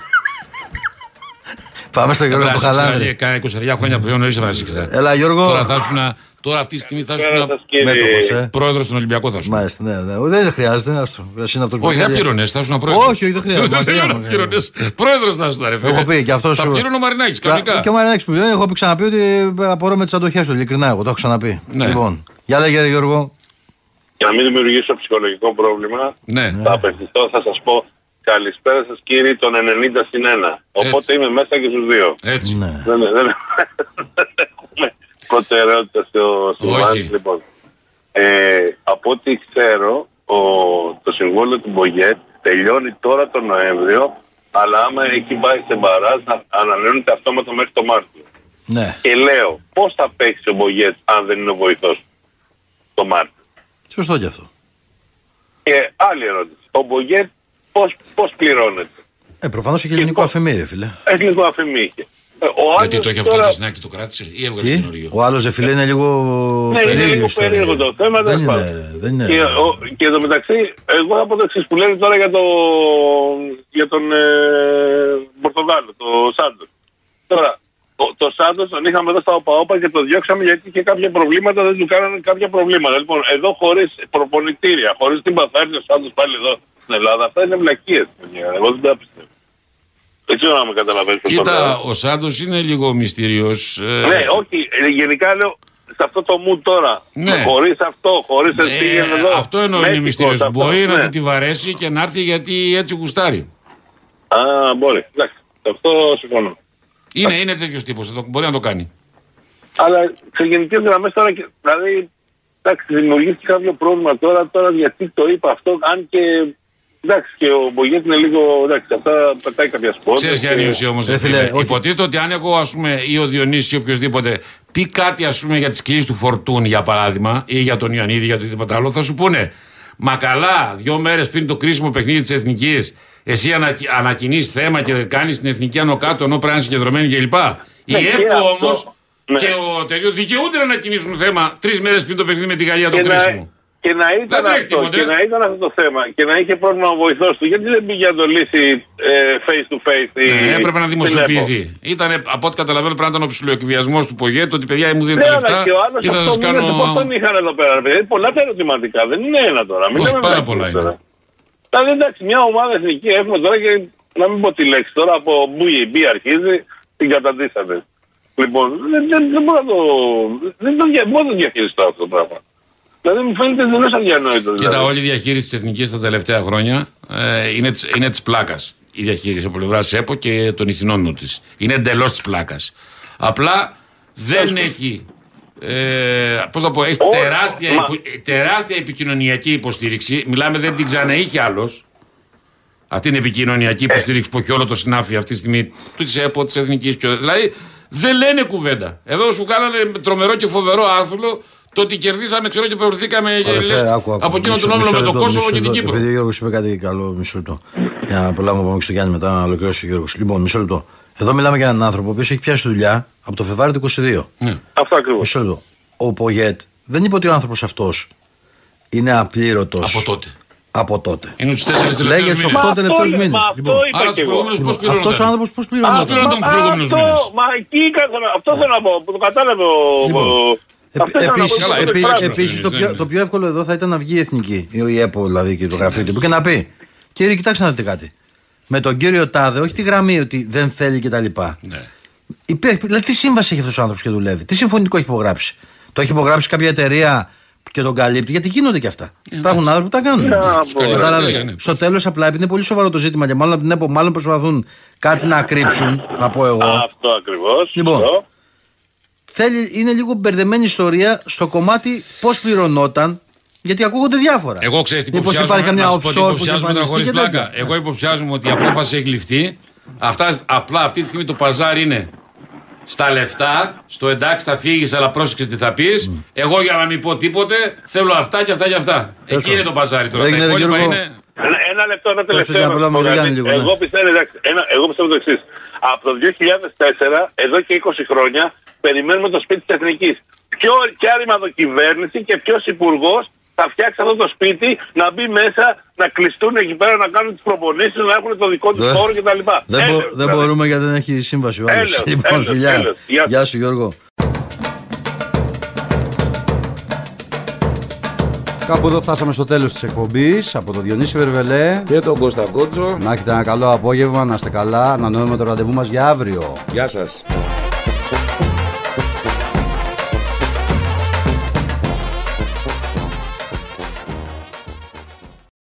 Speaker 1: Πάμε στο Γιώργο
Speaker 2: Πέρασε, ξέρετε,
Speaker 1: Ποχαλάνδρη.
Speaker 2: Κάνα 20 χρόνια πιο νωρί να
Speaker 1: Έλα
Speaker 2: Τώρα
Speaker 1: Γιώργο.
Speaker 2: θα ήσουν- Τώρα αυτή τη στιγμή θα
Speaker 3: Καλησπέρα
Speaker 2: ήσουν
Speaker 3: σας, κύριε.
Speaker 1: Μέτωπος, ε.
Speaker 2: πρόεδρος στον Ολυμπιακό θα σου.
Speaker 1: Μάλιστα, ναι, ναι. Δεν χρειάζεται. άστο. Εσύ είναι αυτός που
Speaker 2: Όχι,
Speaker 1: θέλει.
Speaker 2: δεν πληρώνε, θα ήσουν πρόεδρος.
Speaker 1: Όχι, όχι, δεν χρειάζεται, μακριά μου, ναι.
Speaker 2: πληρώνε. Πρόεδρος θα ήσουν, ρε φίλε.
Speaker 1: Το έχω πει και αυτό.
Speaker 2: Θα πλήρωνε ο Μαρινάκης, κανονικά.
Speaker 1: Και ο Μαρινάκης που πληρώνει, έχω πει ξαναπεί ότι απορώ με τις αντοχές του. Ειλικρινά, εγώ το έχω ξαναπεί.
Speaker 2: Ναι.
Speaker 1: Λοιπόν, για λέγε ρε Γιώργο.
Speaker 3: Για να μην δημιουργήσω ψυχολογικό πρόβλημα,
Speaker 2: Ναι.
Speaker 3: θα απευθυνθώ, θα σας πω καλησπέρα σας κύριοι των 90 συν 1. Οπότε είμαι μέσα και στους δύο.
Speaker 2: Έτσι.
Speaker 1: Ναι.
Speaker 3: Δεν, δεν, δεν έχουμε προτεραιότητα στο συμβάνι.
Speaker 2: Όχι.
Speaker 3: Λοιπόν, ε, από ό,τι ξέρω, ο, το συμβόλαιο του Μπογιέτ τελειώνει τώρα τον Νοέμβριο, αλλά άμα εκεί πάει σε μπαράζ, να ανανεώνεται αυτόματα μέχρι το Μάρτιο.
Speaker 1: Ναι,
Speaker 3: Και λέω, πώς θα παίξει ο Μπογιέτ αν δεν είναι ο βοηθός το Μάρτιο.
Speaker 1: σωστό κι αυτό.
Speaker 3: Και άλλη ερώτηση. Ο Μπογιέτ πώς, πώς πληρώνεται.
Speaker 1: Ε, προφανώς έχει ελληνικό αφημί, ρε φίλε.
Speaker 3: Έχει λίγο αφημί είχε. Ε, Ο
Speaker 2: Γιατί
Speaker 3: άλλος
Speaker 2: το έχει από
Speaker 3: τώρα-
Speaker 2: τον Κασνάκη, το κράτησε ή έβγαλε
Speaker 1: Τι?
Speaker 2: καινούριο.
Speaker 1: Ε, Ο άλλος, ρε φίλε, είναι λίγο.
Speaker 3: Ναι, είναι λίγο
Speaker 1: ιστορία.
Speaker 3: περίεργο το θέμα.
Speaker 1: Δεν
Speaker 3: τέλος πάντων.
Speaker 1: είναι. Δεν είναι. Ε,
Speaker 3: Και, ο, και εδώ μεταξύ, εγώ από το εξής που λένε τώρα για, το, για τον ε, Πορτογάλο, το Σάντος. Τώρα, το, το Σάντος τον είχαμε εδώ στα ΟΠΑΟΠΑ και το διώξαμε γιατί είχε κάποια προβλήματα, δεν του κάνανε κάποια προβλήματα. Λοιπόν, εδώ χωρίς προπονητήρια, χωρίς τίποτα θα έρθει ο Σάντος πάλι εδώ στην Ελλάδα. Αυτά είναι βλακίες. Εγώ δεν τα πιστεύω. Δεν ξέρω αν με καταλαβαίνεις.
Speaker 2: Κοίτα, ο Σάντος είναι λίγο μυστήριος.
Speaker 3: Ναι, όχι, ε, γενικά λέω σε αυτό το μου τώρα.
Speaker 2: Ναι.
Speaker 3: Χωρίς αυτό, χωρίς εσύ πήγαινε εδώ.
Speaker 2: ε, αυτό εννοώ είναι
Speaker 3: Μέξικος
Speaker 2: μυστήριος.
Speaker 3: αυτό,
Speaker 2: Μπορεί να
Speaker 3: ναι.
Speaker 2: του τη βαρέσει και να έρθει γιατί έτσι γουστάρει.
Speaker 3: Α, μπορεί. Εντάξει, σε αυτό συμφωνώ.
Speaker 2: Είναι, είναι τέτοιος τύπος. Μπορεί να το κάνει.
Speaker 3: Αλλά σε γενικές γραμμές τώρα, και- δηλαδή, εντάξει, δημιουργήθηκε κάποιο πρόβλημα τώρα, τώρα γιατί το είπα αυτό, αν και. Εντάξει, και ο Μπογιέτ είναι λίγο. Εντάξει, αυτά πετάει κάποια σπόρια.
Speaker 2: Ξέρεις ποια είναι η ουσία όμω.
Speaker 1: Ρε φίλε, όχι.
Speaker 2: Υποτίθεται ότι αν εγώ ας πούμε, ή ο Διονύσης ή οποιοδήποτε πει κάτι ας πούμε, για τις κλήσεις του Φορτούν για παράδειγμα ή για τον Ιωαννίδη ή για οτιδήποτε άλλο, θα σου πούνε Μα καλά, δύο μέρες πριν το κρίσιμο παιχνίδι της Εθνικής, εσύ ανα, ανακοινείς θέμα και κάνεις την εθνική άνω κάτω ενώ πρέπει να είναι συγκεντρωμένη κλπ. Η
Speaker 3: Ναι, και
Speaker 2: ΕΠΟ
Speaker 3: αυτό.
Speaker 2: όμω
Speaker 3: Ναι.
Speaker 2: και ο Τελειώ δικαιούνται να ανακοινήσουν θέμα τρεις μέρες πριν το παιχνίδι με τη Γαλλία το
Speaker 3: και να,
Speaker 2: κρίσιμο.
Speaker 3: και να ήταν
Speaker 2: τρέχει
Speaker 3: αυτό,
Speaker 2: τίποτα,
Speaker 3: και
Speaker 2: ε.
Speaker 3: να ήταν αυτό το θέμα και να είχε πρόβλημα ο βοηθός του, γιατί δεν πήγε να το λύσει ε, face to face. η-
Speaker 2: Ναι, έπρεπε να
Speaker 3: στην ΕΠΟ.
Speaker 2: δημοσιοποιηθεί. Ήταν, από ό,τι καταλαβαίνω, πρέπει να ήταν ο ψηλοεκβιασμός του Πογέτ, ότι παιδιά μου
Speaker 3: Ναι,
Speaker 2: δίνετε λεφτά
Speaker 3: αλλά και ο άλλος
Speaker 2: ή θα
Speaker 3: αυτό
Speaker 2: σας
Speaker 3: που είναι, πώς
Speaker 2: κάνω.
Speaker 3: τον είχαν εδώ πέρα, ρε παιδί. Πολλά τα ερωτηματικά, δεν είναι ένα τώρα. Μην
Speaker 2: Όχι,
Speaker 3: λέμε
Speaker 2: πάρα
Speaker 3: βλακίες
Speaker 2: πολλά
Speaker 3: τώρα.
Speaker 2: είναι.
Speaker 3: Δηλαδή, εντάξει, μια ομάδα εθνική έχουμε τώρα και να μην πω τη λέξη τώρα από μπι αρχίζει, την καταντήσατε. Λοιπόν, δεν, δεν, δεν μπορώ να το, δεν το, δια- μπορώ να το διαχειριστώ αυτό το πράγμα. Δηλαδή, μου φαίνεται εντελώς αδιανόητο.
Speaker 2: Κοίτα,
Speaker 3: δηλαδή.
Speaker 2: όλη η διαχείριση της εθνικής τα τελευταία χρόνια ε, είναι, της- είναι της πλάκας. Η διαχείριση από πλευράς ΕΠΟ και των ηθινών της. Είναι εντελώς της πλάκας. Απλά δεν έχει. Ε, πώς να πω, έχει
Speaker 3: Ω,
Speaker 2: τεράστια,
Speaker 3: μα-
Speaker 2: υπο- ε, τεράστια επικοινωνιακή υποστήριξη. Μιλάμε, δεν την ξαναείχε άλλος. Αυτή είναι η επικοινωνιακή υποστήριξη που έχει όλο το συνάφι αυτή τη στιγμή της ΕΠΟ, της Εθνικής. Δηλαδή δεν λένε κουβέντα. Εδώ σου κάνανε τρομερό και φοβερό άθλο το ότι κερδίσαμε, ξέρω και προωθήκαμε και Ε, λες,
Speaker 1: Αδερφέ, άκου, άκου.
Speaker 2: από εκείνο
Speaker 1: Μισό-
Speaker 2: τον όμιλο
Speaker 1: μισό
Speaker 2: με το
Speaker 1: λεπτό,
Speaker 2: Κόσοβο
Speaker 1: μισό
Speaker 2: και την
Speaker 1: λεπτό.
Speaker 2: Κύπρο.
Speaker 1: Επειδή ο Γιώργος είπε κάτι καλό, μισό λεπτό. Για να προλάβουμε να πάμε και στο Γιάννη μετά να ολοκληρώσει ο Γιώργος. Λοιπόν, μισό λεπτό. Εδώ μιλάμε για έναν άνθρωπο που έχει πιάσει δουλειά από το Φεβρουάριο του 22.
Speaker 3: Αυτό ακριβώς.
Speaker 1: Μισό λεπτό. Ο Πογέτ δεν είπε ότι ο άνθρωπος αυτός είναι απλήρωτος
Speaker 2: Από τότε. Ε,
Speaker 1: από τότε.
Speaker 2: Είναι τους τέσσερις
Speaker 1: Λέγε
Speaker 2: τελευταίου
Speaker 1: του
Speaker 2: μήνε.
Speaker 1: 8 τελευταίου μήνες.
Speaker 3: μα αυτό είπα
Speaker 2: Άρα
Speaker 3: και
Speaker 2: του
Speaker 3: εγώ.
Speaker 2: προηγούμενους πώς
Speaker 1: Αυτός ο άνθρωπος πώς
Speaker 2: Πώς
Speaker 1: πληρώνει.
Speaker 2: πήραν τον τους προηγούμενους μήνες.
Speaker 3: αυτό, μα εκεί ήθελα- αυτό θέλω να πω, που το κατάλαβε ο...
Speaker 1: Λοιπόν,
Speaker 3: ο- αυτό ήθελα να πω,
Speaker 1: Επίσης,
Speaker 3: το
Speaker 2: καλά, είναι πράσινος, είναι,
Speaker 1: το,
Speaker 2: δεν
Speaker 1: πιο,
Speaker 2: είναι.
Speaker 1: το πιο εύκολο εδώ θα ήταν να βγει η εθνική, η η ΕΠΟ δηλαδή και το γραφείο του, και να πει: Κύριε, κοιτάξτε να δείτε κάτι. Με τον κύριο Τάδε, όχι τη γραμμή ότι δεν θέλει κτλ.
Speaker 2: Ναι.
Speaker 1: Υπήρχε, δηλαδή, τι σύμβαση έχει αυτός ο άνθρωπος και δουλεύει, τι συμφωνικό έχει υπογράψει. Το έχει υπογράψει κάποια εταιρεία και τον καλύπτει, γιατί γίνονται και αυτά.
Speaker 2: Ε, ναι.
Speaker 1: Υπάρχουν άνθρωποι που τα κάνουν.
Speaker 2: μπορεί.
Speaker 1: Καταλάβες.
Speaker 2: Ναι, ναι.
Speaker 1: Στο τέλος, απλά επειδή είναι πολύ σοβαρό το ζήτημα και μάλλον από την ΕΠΟ, μάλλον προσπαθούν κάτι να κρύψουν, να πω εγώ.
Speaker 3: Αυτό ακριβώς.
Speaker 1: Λοιπόν.
Speaker 3: Αυτό.
Speaker 1: Θέλει, είναι λίγο μπερδεμένη ιστορία στο κομμάτι πώς πληρωνόταν, γιατί ακούγονται διάφορα.
Speaker 2: Εγώ ξέρεις τι
Speaker 1: Μήπως
Speaker 2: υποψιάζομαι.
Speaker 1: υπάρχει καμιά
Speaker 2: να σου πω τι
Speaker 1: offshore που
Speaker 2: υποψιάζομαι τώρα
Speaker 1: εμφανιστεί
Speaker 2: χωρί
Speaker 1: και
Speaker 2: πλάκα.
Speaker 1: τέτοια.
Speaker 2: Εγώ υποψιάζομαι ότι η απόφαση έχει γλυφτεί. Αυτά, απλά αυτή τη στιγμή το παζάρι είναι στα λεφτά, στο εντάξει θα φύγεις, αλλά πρόσεξε τι θα πεις. Εγώ για να μην πω τίποτε θέλω αυτά και αυτά και αυτά. Εκεί
Speaker 1: πάντων.
Speaker 2: είναι το παζάρι τώρα.
Speaker 1: Έγινε,
Speaker 2: Τα
Speaker 1: ρε,
Speaker 2: υπόλοιπα
Speaker 1: Γιώργο.
Speaker 2: είναι.
Speaker 3: Ένα, ένα λεπτό, ένα
Speaker 1: να
Speaker 3: τελευταίο. να
Speaker 1: προλάβουμε
Speaker 3: πω
Speaker 1: τον
Speaker 3: κάτι.
Speaker 1: Γιάννη λίγο, ναι.
Speaker 3: εγώ, πιστεύω, εντάξει, ένα, εγώ πιστεύω το εξής. Από το 2004, εδώ και 20 χρόνια, περιμένουμε το σπίτι της Εθνικής. Ποιο κιάρημα κυβέρνηση και ποιος υπουργός θα φτιάξει αυτό το σπίτι να μπει μέσα, να κλειστούν εκεί πέρα, να κάνουν τις προπονήσεις, να έχουν το δικό τους
Speaker 1: Δε-
Speaker 3: χώρο κτλ.
Speaker 1: Δεν, μπο- δεν μπορούμε γιατί δεν έχει σύμβαση ο άλλος.
Speaker 3: Έλεος,
Speaker 1: Λοιπόν,
Speaker 3: έλεος,
Speaker 1: φιλιά.
Speaker 3: έλεος. Γεια σου.
Speaker 1: Γεια σου Γιώργο. Κάπου εδώ φτάσαμε στο τέλος της εκπομπής από το Διονύση Βερβελέ.
Speaker 8: Και τον Κώστα Κότζο.
Speaker 1: Να έχετε ένα καλό απόγευμα, να είστε καλά, ανανεώνουμε το ραντεβού μας για αύριο.
Speaker 8: Γεια σας.